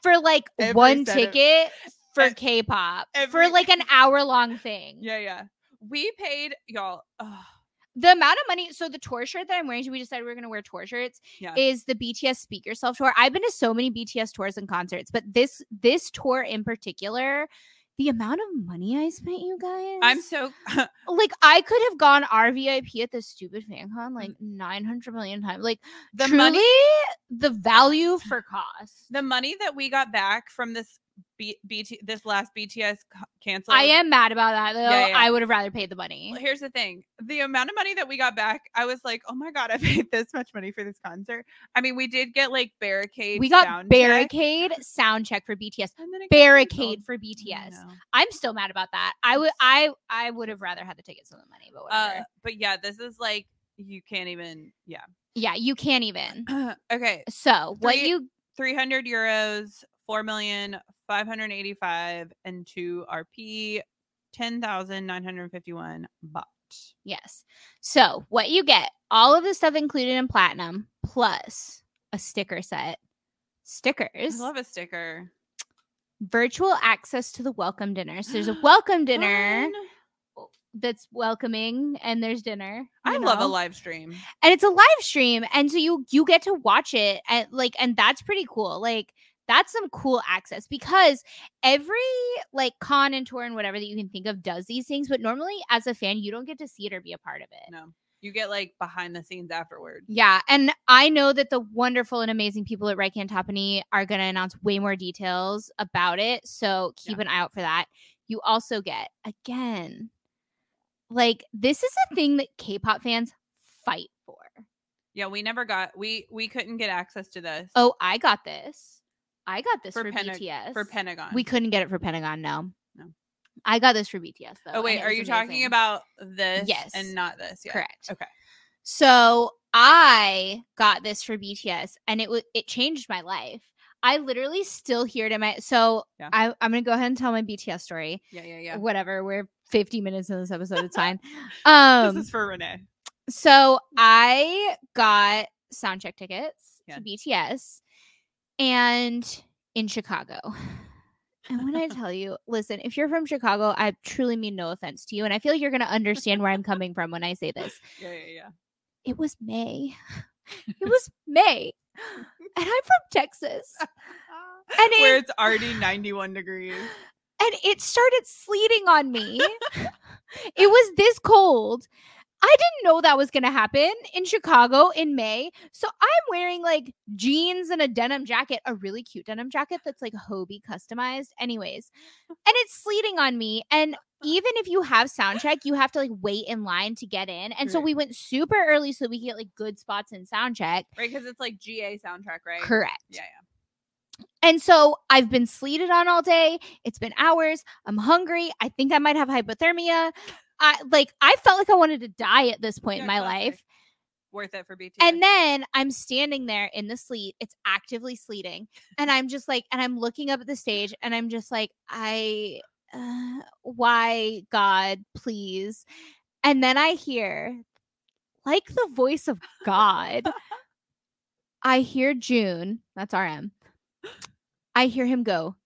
A: for like
B: Every
A: one
B: cent of-
A: ticket for
B: ev-
A: K-pop for
B: every-
A: like an hour long thing.
B: Yeah, yeah. We paid y'all. Oh,
A: the amount of money so the tour shirt that i'm wearing we decided we were going to wear tour shirts
B: Yeah.
A: is the bts speak yourself tour i've been to so many bts tours and concerts but this this tour in particular the amount of money i spent you guys
B: I'm so
A: like i could have gone rvip at this stupid fan con like 900 million times like
B: Mm. the
A: truly
B: money
A: the value for cost
B: the money that we got back from this B- BT this last BTS c- cancel.
A: i am mad about that though
B: Yeah, yeah.
A: i would have rather paid the money
B: Well, Here's the thing: the amount of money that we got back, I was like, "Oh my god, I paid this much money for this concert." I mean, we did get like barricade.
A: we got
B: sound check,
A: barricade sound check for bts
B: and then it got
A: barricade
B: canceled.
A: for
B: I
A: bts
B: know.
A: I'm still mad about that. I would
B: It's-
A: I I would have rather had the tickets than the money, but whatever.
B: Uh, but yeah, this is like you can't even. Yeah.
A: yeah, you can't even.
B: okay,
A: So what
B: three-
A: you
B: three hundred euros, four million five hundred eighty-five, and two RP, ten thousand nine hundred fifty-one baht.
A: yes. So what you get, all of the stuff included in platinum plus a sticker set.
B: I
A: Stickers,
B: love a sticker.
A: virtual access to the welcome dinner. So there's a welcome dinner
B: Fun.
A: that's welcoming and there's dinner.
B: I
A: you
B: love a
A: know?
B: live stream.
A: and it's a live stream and so you you get to watch it and like and that's pretty cool like that's some cool access because every like con and tour and whatever that you can think of does these things but normally as a fan you don't get to see it or be a part of it
B: No, you get like behind the scenes afterwards.
A: yeah and i know that the wonderful and amazing people at Reikan Tapani are going to announce way more details about it so keep
B: Yeah.
A: an eye out for that you also get again like this is a thing that k-pop fans fight for
B: Yeah, we never got we we couldn't get access to this.
A: Oh, I got this. I got this for,
B: For Pena-
A: BTS.
B: for Pentagon.
A: we couldn't get it for Pentagon. No.
B: No.
A: I got this for BTS though.
B: Oh
A: and
B: wait,
A: it
B: are
A: was
B: you talking
A: amazing.
B: about this?
A: Yes.
B: and not this. Yeah.
A: correct?
B: Okay.
A: So I got this for BTS, and it was it changed my life. I literally still hear it in my so
B: Yeah.
A: I, I'm gonna go ahead and tell my BTS story.
B: Yeah, yeah, yeah.
A: Whatever, we're 50 minutes in this episode. It's fine. Um,
B: this is for Renee.
A: So I got soundcheck tickets
B: Yeah.
A: to BTS and in Chicago. And when I tell you, listen, if you're from Chicago, I truly mean no offense to you. And I feel like you're going to understand where I'm coming from when I say this.
B: Yeah, yeah, yeah.
A: It was May. It was May. And I'm from Texas. And
B: Where
A: it,
B: it's already ninety-one degrees.
A: and it started sleeting on me. it was this cold. I didn't know that was going to happen in Chicago in May. So I'm wearing like jeans and a denim jacket, a really cute denim jacket that's like Hobie customized, anyways. And it's sleeting on me. And even if you have sound check, you have to like wait in line to get in. And so
B: True.
A: we went super early so we could get like good spots in sound check.
B: right? Because it's like GA soundtrack, right?
A: Correct.
B: Yeah,
A: And so I've been sleeted on all day. It's been hours. I'm hungry. I think I might have hypothermia. I like I felt like I wanted to die at this point
B: Yeah,
A: in my
B: totally.
A: life.
B: worth it for BTS.
A: And then I'm standing there in the sleet. It's actively sleeting. And I'm just like, and I'm looking up at the stage and I'm just like, I, uh, why, God, please. And then I hear, like the voice of God, I hear June, that's RM. I hear him go,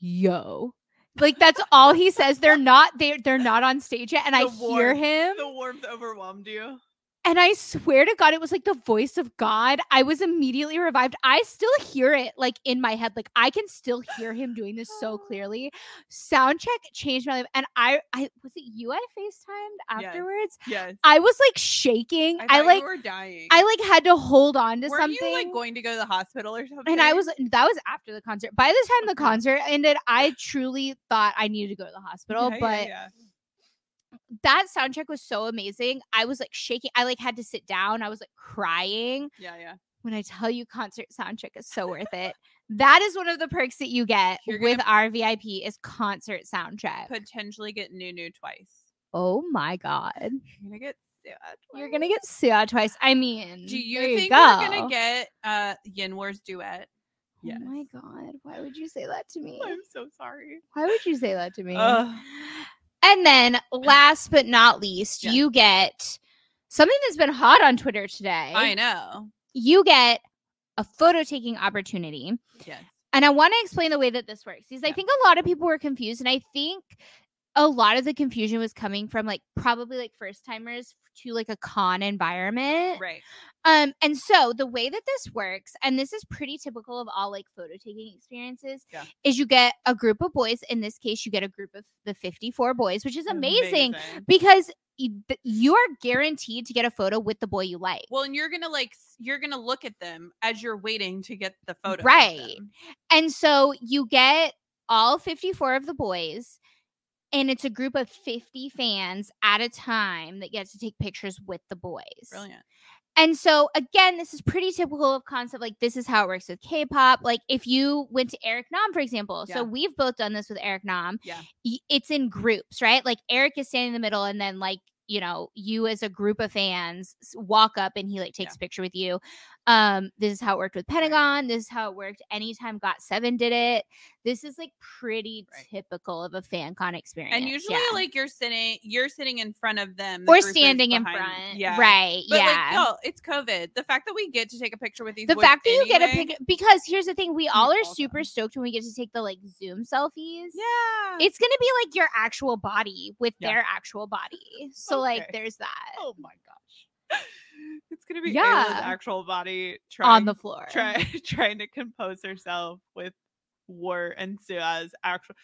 A: yo. Like that's all he says. They're not they're they're not on stage yet. And I
B: The
A: hear
B: warmth.
A: him.
B: the warmth overwhelmed you.
A: And I swear to God, it was like the voice of God. I was immediately revived. I still hear it like in my head. Like I can still hear him doing this so clearly. Sound check changed my life. And I I was it you I FaceTimed
B: Yes.
A: afterwards?
B: Yes.
A: I was like shaking. I,
B: thought
A: like
B: you were dying.
A: I like had to hold on to
B: Were
A: something.
B: you like going to go to the hospital or something?
A: and I was that was after the concert. By the time the
B: Okay.
A: concert ended, I truly thought I needed to go to the hospital.
B: Yeah, yeah,
A: but
B: yeah.
A: that soundtrack was so amazing. I was like shaking. I like had to sit down. I was like crying.
B: yeah, yeah.
A: when I tell you concert soundtrack is so worth it. That is one of the perks that you get
B: You're gonna
A: with our VIP is concert soundtrack.
B: potentially get new new twice.
A: oh my god.
B: You're gonna get sued.
A: You're gonna get sued twice. I mean,
B: Do you
A: Mm, there
B: think
A: go.
B: we're gonna get uh Yin Wars duet? Yes.
A: Oh my god, why would you say that to me?
B: I'm so sorry.
A: Why would you say that to me?
B: Ugh.
A: and then last but not least,
B: Yes.
A: you get something that's been hot on Twitter today.
B: I know.
A: You get a photo taking opportunity.
B: Yes.
A: and I want to explain the way that this works because I
B: Yeah.
A: think a lot of people were confused, and I think a lot of the confusion was coming from like probably like first timers to like a con environment.
B: Right.
A: Um, and so the way that this works, and this is pretty typical of all like photo taking experiences,
B: Yeah.
A: is you get a group of boys. In this case, you get a group of the 54 boys, which is amazing, because y- th- you are guaranteed to get a photo with the boy you like.
B: Well, and you're gonna like s- you're gonna look at them as you're waiting to get the photo. of
A: Right.
B: them.
A: And so you get all 54 of the boys, and it's a group of 50 fans at a time that gets to take pictures with the boys.
B: Brilliant.
A: And so, again, this is pretty typical of concept. Like, this is how it works with K pop. Like, if you went to Eric Nam, for example,
B: Yeah.
A: so we've both done this with Eric Nam.
B: Yeah.
A: y- It's in groups, right? Like, Eric is standing in the middle, and then, like, you know, you as a group of fans s- walk up and he like takes
B: Yeah.
A: a picture with you. Um, this is how it worked with Pentagon. This is how it worked anytime Got Seven did it. This is like pretty
B: Right.
A: typical of a fan con experience.
B: And usually,
A: yeah.
B: like you're sitting, you're sitting in front of them, the
A: or
B: group is
A: standing in
B: behind-
A: front.
B: Yeah.
A: Right.
B: But
A: yeah.
B: like, no, it's COVID. The fact that we get to take a picture with these
A: the
B: boys
A: fact that you get a
B: anyway-
A: pic because here's the thing we
B: Yeah,
A: all are
B: all
A: super
B: done.
A: stoked when we get to take the like zoom selfies
B: Yeah.
A: it's gonna be like your actual body with
B: Yeah.
A: their actual body so like
B: Okay.
A: there's that
B: oh my gosh. It's gonna be
A: Yeah.
B: Ayla's actual body trying,
A: on the floor
B: try, trying to compose herself with War and Sua's actual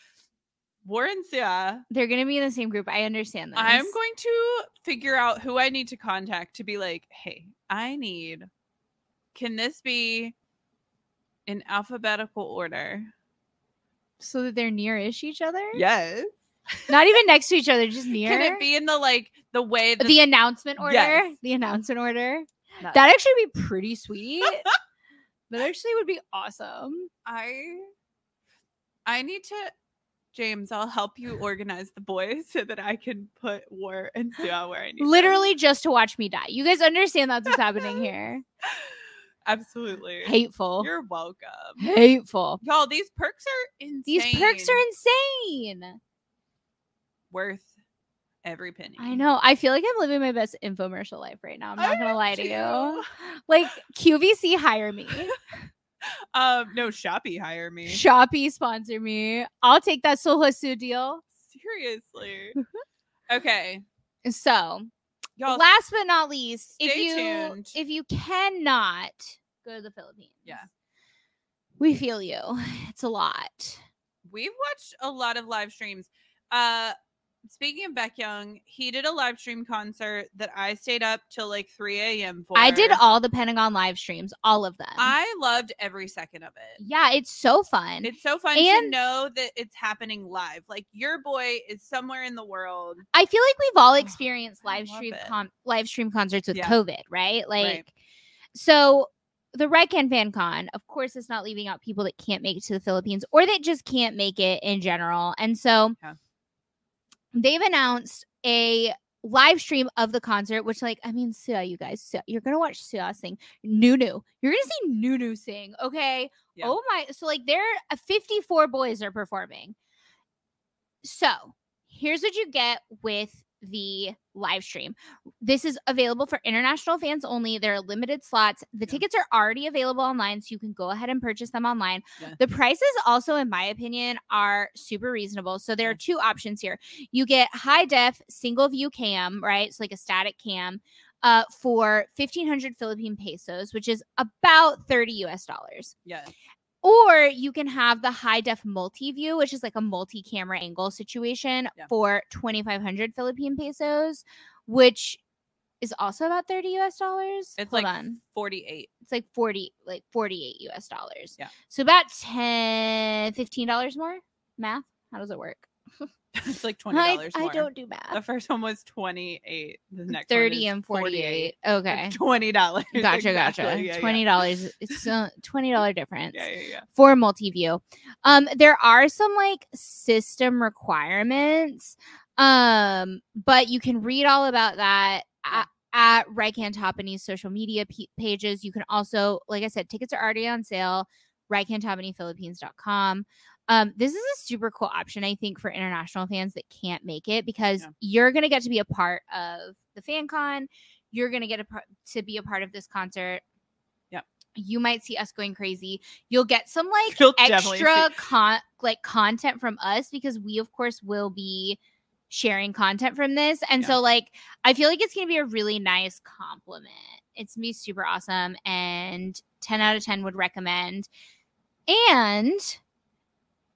B: War and Sua.
A: they're gonna be in the same group i understand this
B: I'm going to figure out who I need to contact to be like, hey, I need. Can this be in alphabetical order?
A: so that they're near-ish each other
B: Yes.
A: not even next to each other just near
B: Can it be in the like the way that
A: the announcement order
B: Yes.
A: the announcement order
B: No.
A: that actually would be pretty sweet that actually would be awesome
B: I I need to James, I'll help you organize the boys so that I can put War and Sua where I need them.
A: literally just to watch me die you guys understand that's what's happening here
B: Absolutely.
A: hateful
B: You're welcome.
A: hateful.
B: Y'all, these perks are insane.
A: These perks are insane.
B: worth every penny.
A: I know. I feel like I'm living my best infomercial life right now. I'm not
B: I
A: gonna
B: do
A: lie to you.
B: too.
A: Like QVC hire me.
B: Um, no, Shopee hire me.
A: Shopee sponsor me. I'll take that Sohosu deal.
B: Seriously. okay.
A: So
B: Y'all
A: last but not least, if
B: stay
A: you
B: tuned.
A: if you cannot go to the Philippines.
B: Yeah.
A: We feel you. It's a lot.
B: we've watched a lot of live streams. Uh speaking of Beck Young, he did a live stream concert that I stayed up till like 3 a.m. for.
A: I did all the Pentagon live streams, all of them.
B: I loved every second of it.
A: yeah, it's so fun.
B: It's so fun to
A: And-
B: know that it's happening live. Like your boy is somewhere in the world.
A: I feel like we've all
B: Oh,
A: experienced
B: I
A: live
B: love
A: stream
B: it.
A: con live stream concerts with
B: Yeah.
A: COVID, right? Like,
B: Right.
A: so the Red Can Fan Con, of course, is not leaving out people that can't make it to the Philippines or that just can't make it in general. And so
B: Yeah.
A: they've announced a live stream of the concert, which, like, I mean, Sia, you guys, Sia, you're gonna watch Sia sing Nunu. You're gonna see Nunu sing, okay?
B: Yeah.
A: Oh my! So like, there, are 54 boys are performing. So here's what you get with the live stream. This is available for international fans only. There are limited slots. The
B: Yeah.
A: tickets are already available online, so you can go ahead and purchase them online.
B: Yeah.
A: The prices, also, in my opinion, are super reasonable. So there are two options here. You get high def single view cam, right? So like a static cam. Uh, for 1500 Philippine pesos, which is about 30 US dollars.
B: Yeah.
A: Or you can have the high def multi view, which is like a multi camera angle situation
B: Yeah.
A: for 2,500 Philippine pesos, which is also about 30 US dollars.
B: It's
A: Hold
B: like
A: on.
B: 48.
A: It's like 40, like 48 US dollars.
B: Yeah.
A: So about 10, 15 dollars more. Math? How does it work?
B: It's like $20
A: I, I
B: more.
A: don't do
B: The
A: math.
B: first one was 28. The next
A: 30
B: one
A: and
B: is
A: 48. Okay.
B: It's $20. Gotcha,
A: Gotcha, gotcha.
B: Yeah,
A: $20.
B: Yeah.
A: It's a $20 difference.
B: Yeah, yeah, yeah.
A: for multi-view. Um, there are some like system requirements, um, but you can read all about that
B: Yeah.
A: at, at Right Hand Topany's social media p- pages. You can also, like I said, tickets are already on sale. RightHandTopanyPhilippines.com. Um, this is a super cool option, I think, for international fans that can't make it because
B: Yeah.
A: you're going to get to be a part of the fan con. You're going to get a par- to be a part of this concert.
B: Yep.
A: You might see us going crazy. You'll get some like
B: You'll definitely see-
A: extra con- like content from us because we of course will be sharing content from this. And
B: Yeah.
A: so like I feel like it's going to be a really nice compliment. It's going to be super awesome and 10 out of 10 would recommend. And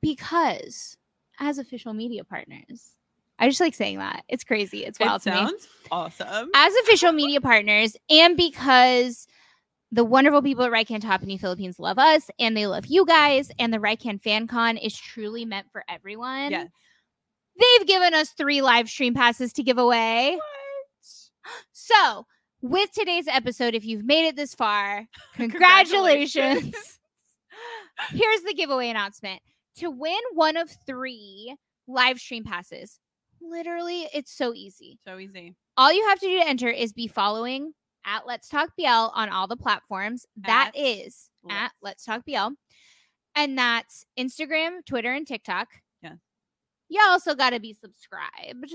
A: because as official media partners, I just like saying that. It's crazy. It's wild to
B: It
A: me
B: sounds awesome.
A: as official media partners and because the wonderful people at Rycan Topany Philippines love us and they love you guys and the Rycan Fan Con is truly meant for everyone.
B: Yes.
A: They've given us three live stream passes to give away. So, with today's episode, if you've made it this far, congratulations. Here's the giveaway announcement to win one of three live stream passes. Literally, it's so easy.
B: so easy.
A: All you have to do to enter is be following at Let's Talk BL on all the platforms. That
B: At
A: is at Let's
B: Let's-
A: Talk BL. And that's Instagram, Twitter, and TikTok.
B: Yeah.
A: You also got to be subscribed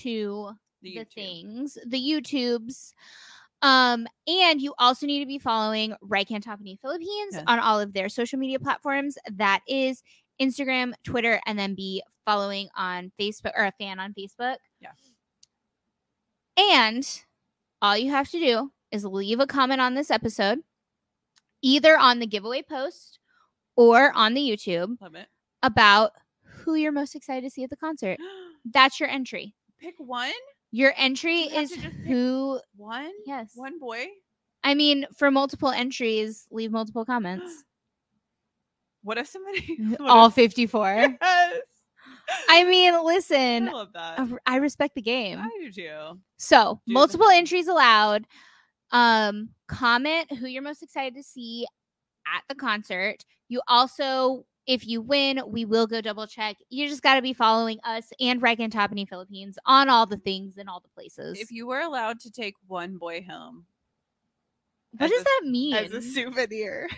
A: to
B: The,
A: the
B: YouTube.
A: things, the YouTubes. Um, and you also need to be following Rycan Topany Philippines
B: Yes.
A: on all of their social media platforms. That is Instagram, Twitter, and then be following on Facebook or a fan on Facebook.
B: Yeah.
A: And all you have to do is leave a comment on this episode, either on the giveaway post or on the YouTube
B: Love it.
A: about who you're most excited to see at the concert. That's your entry.
B: Pick one.
A: Your entry
B: You have
A: is
B: to just pick
A: who,
B: One.
A: yes.
B: One boy.
A: I mean, for multiple entries, leave multiple comments.
B: What if somebody? what
A: All
B: if-
A: 54.
B: Yes.
A: I mean,
B: I
A: listen,
B: love that.
A: I I respect the game.
B: I do too.
A: So,
B: the
A: multiple
B: thing.
A: entries allowed. Um, comment who you're most excited to see at the concert. You also, if you win, we will go double check. You just got to be following us and Reg and Topany Philippines on all the things and all the places.
B: If you were allowed to take one boy home
A: what
B: as
A: does
B: a-
A: that mean?
B: as a souvenir,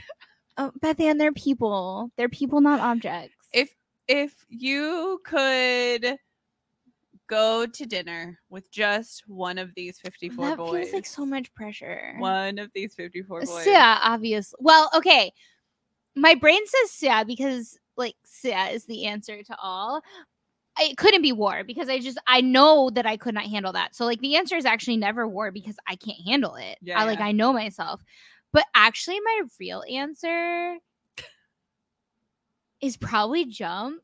A: Oh, but then they're people. They're people, not objects.
B: if if you could go to dinner with just one of these fifty-four
A: that
B: boys,
A: feels like so much pressure.
B: One of these fifty-four boys.
A: Yeah, obviously. Well, okay. My brain says Sia because like Sia is the answer to all. It couldn't be war because I just I know that I could not handle that. So like the answer is actually never war because I can't handle it.
B: Yeah,
A: I like
B: yeah.
A: I know myself. But actually my real answer is probably jump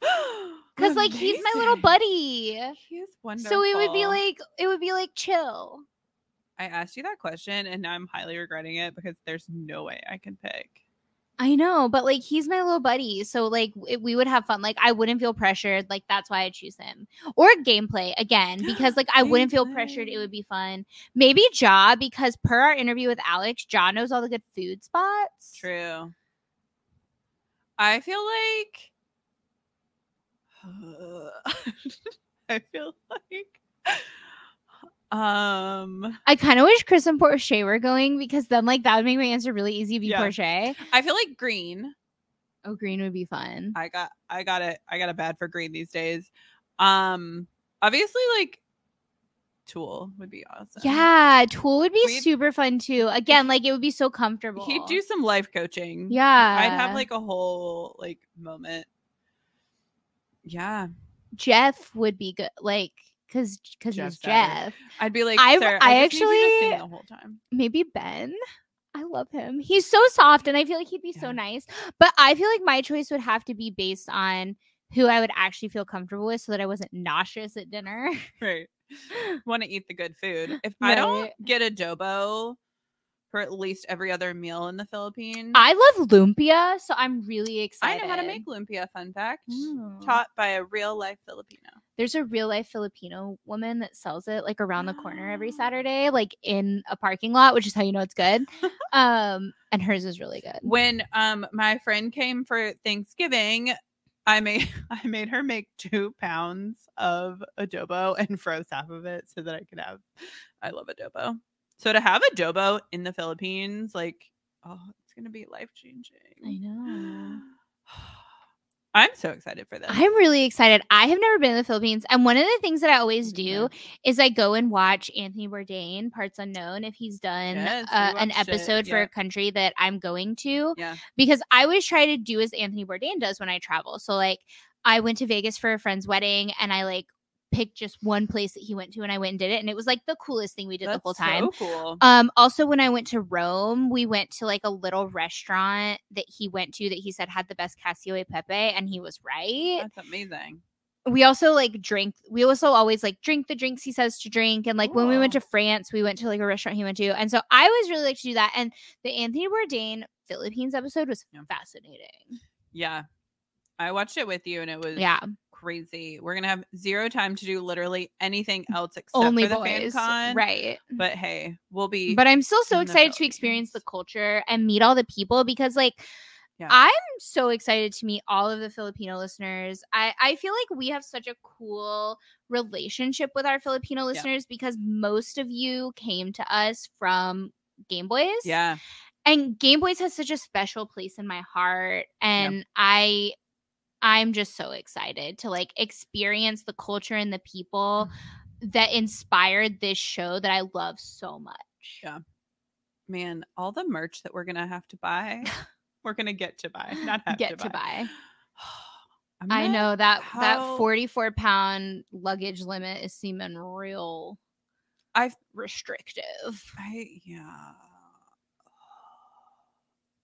A: because like he's my little
B: Amazing.
A: buddy.
B: He is wonderful.
A: So it would be like it would be like chill.
B: I asked you that question and I'm highly regretting it because there's no way I can pick.
A: I know, but like he's my little buddy, so like it, we would have fun. Like I wouldn't feel pressured. Like that's why I choose him. Or gameplay again because like I wouldn't feel pressured. It would be fun. Maybe Ja because per our interview with Alex, Ja knows all the good food spots.
B: True. I feel like I feel like um
A: I kind of wish Chris and Porsche were going because then like that would make my answer really easy. Be
B: Yeah.
A: Porsche.
B: I feel like green.
A: Oh, green would be fun.
B: I got I got it. I got a bad for green these days. Um obviously like Tool would be awesome.
A: yeah, Tool would be
B: We'd-
A: super fun too. Again, like it would be so comfortable.
B: He'd do some life coaching.
A: Yeah,
B: I'd have like a whole like moment. Yeah.
A: Jeff would be good, like because because he's
B: Jeff's better.
A: Jeff.
B: I'd be like,
A: I-
B: Sir,
A: I
B: I, just need you to
A: actually-
B: sing the whole time.
A: maybe Ben. I love him. He's so soft and I feel like he'd be so
B: Yeah.
A: nice. But I feel like my choice would have to be based on who I would actually feel comfortable with so that I wasn't nauseous at dinner.
B: Right. Want to eat the good food. If I don't
A: Right.
B: get adobo for at least every other meal in the Philippines,
A: I love lumpia, so I'm really
B: I
A: excited.
B: know how to make lumpia. Fun fact.
A: Ooh.
B: Taught by a real life Filipino.
A: There's a real life Filipino woman that sells it like around the corner every
B: Ah.
A: Saturday, like in a parking lot, which is how you know it's good. Um, and hers is really good.
B: When um my friend came for Thanksgiving, I made I made her make two pounds of adobo and froze half of it so that I could have. I love adobo. So to have adobo in the Philippines, like, oh, it's gonna be life
A: I
B: changing.
A: know.
B: I'm so excited for this.
A: I'm really excited. I have never been to the Philippines. And one of the things that I always do
B: Yeah.
A: is I go and watch Anthony Bourdain, Parts Unknown, if he's done
B: Yes, we
A: uh, an
B: watched it,
A: episode for
B: yeah.
A: a country that I'm going to.
B: Yeah.
A: Because I always try to do as Anthony Bourdain does when I travel. So, like, I went to Vegas for a friend's wedding and I, like, picked just one place that he went to and I went and did it. And it was, like, the coolest thing we did the whole time.
B: So cool.
A: Um, also, when I went to Rome, we went to like a little restaurant that he went to that he said had the best Cassio e Pepe, and he was right.
B: That's amazing.
A: We also like drink. We also always like drink the drinks he says to drink. And like when we went to
B: Cool.
A: France, we went to like a restaurant he went to, and so I always really like to do that. And the Anthony Bourdain Philippines episode was
B: Yeah.
A: fascinating.
B: Yeah. I watched it with you and it was
A: Yeah,
B: crazy. We're gonna have zero time to do literally anything else except
A: only
B: for the
A: boys,
B: FanCon.
A: right?
B: But hey, we'll be
A: Mm. but I'm still so
B: in the
A: excited to experience the culture and meet all the people because like
B: Yeah.
A: I'm so excited to meet all of the Filipino listeners. I I feel like we have such a cool relationship with our Filipino listeners because most of you came to us from Game Boys.
B: yeah.
A: And Game Boys has such a special place in my heart and I I'm just so excited to like experience the culture and the people
B: Mm-hmm.
A: that inspired this show that I love so much.
B: Yeah. Man, all the merch that we're gonna have to buy. we're gonna get to buy. Not have
A: Get
B: to buy.
A: to buy.
B: I'm
A: I
B: gonna-
A: know that that
B: how-
A: 44 pound luggage limit is seeming real
B: I
A: restrictive.
B: I yeah.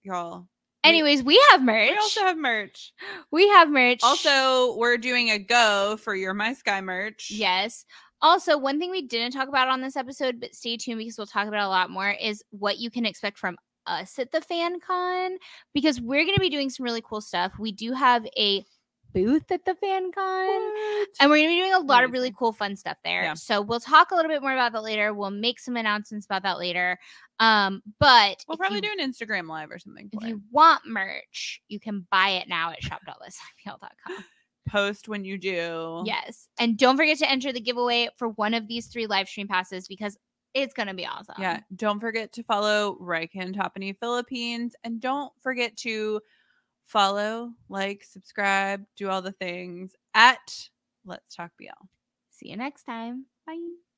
B: Y'all. We-
A: Anyways, we have merch.
B: We also have merch.
A: we have merch.
B: Also, we're doing a go for your My Sky merch.
A: yes. Also, one thing we didn't talk about on this episode, but stay tuned because we'll talk about it a lot more, is what you can expect from us at the fan con because we're going to be doing some really cool stuff. We do have a booth at the fan con. And we're going to be doing a lot of really
B: Amazing.
A: cool, fun stuff there.
B: Yeah.
A: So we'll talk a little bit more about that later. We'll make some announcements about that later. Um, but
B: We'll
A: if
B: probably
A: you,
B: do an Instagram live or something.
A: If
B: for
A: you
B: it.
A: want merch, you can buy it now at shop.lessfpl.com.
B: Post when you do.
A: Yes. And don't forget to enter the giveaway for one of these three live stream passes because it's going to be awesome.
B: Yeah. Don't forget to follow Riken Topany Philippines. And don't forget to follow, like, subscribe, do all the things at Let's Talk BL.
A: See you next time. Bye.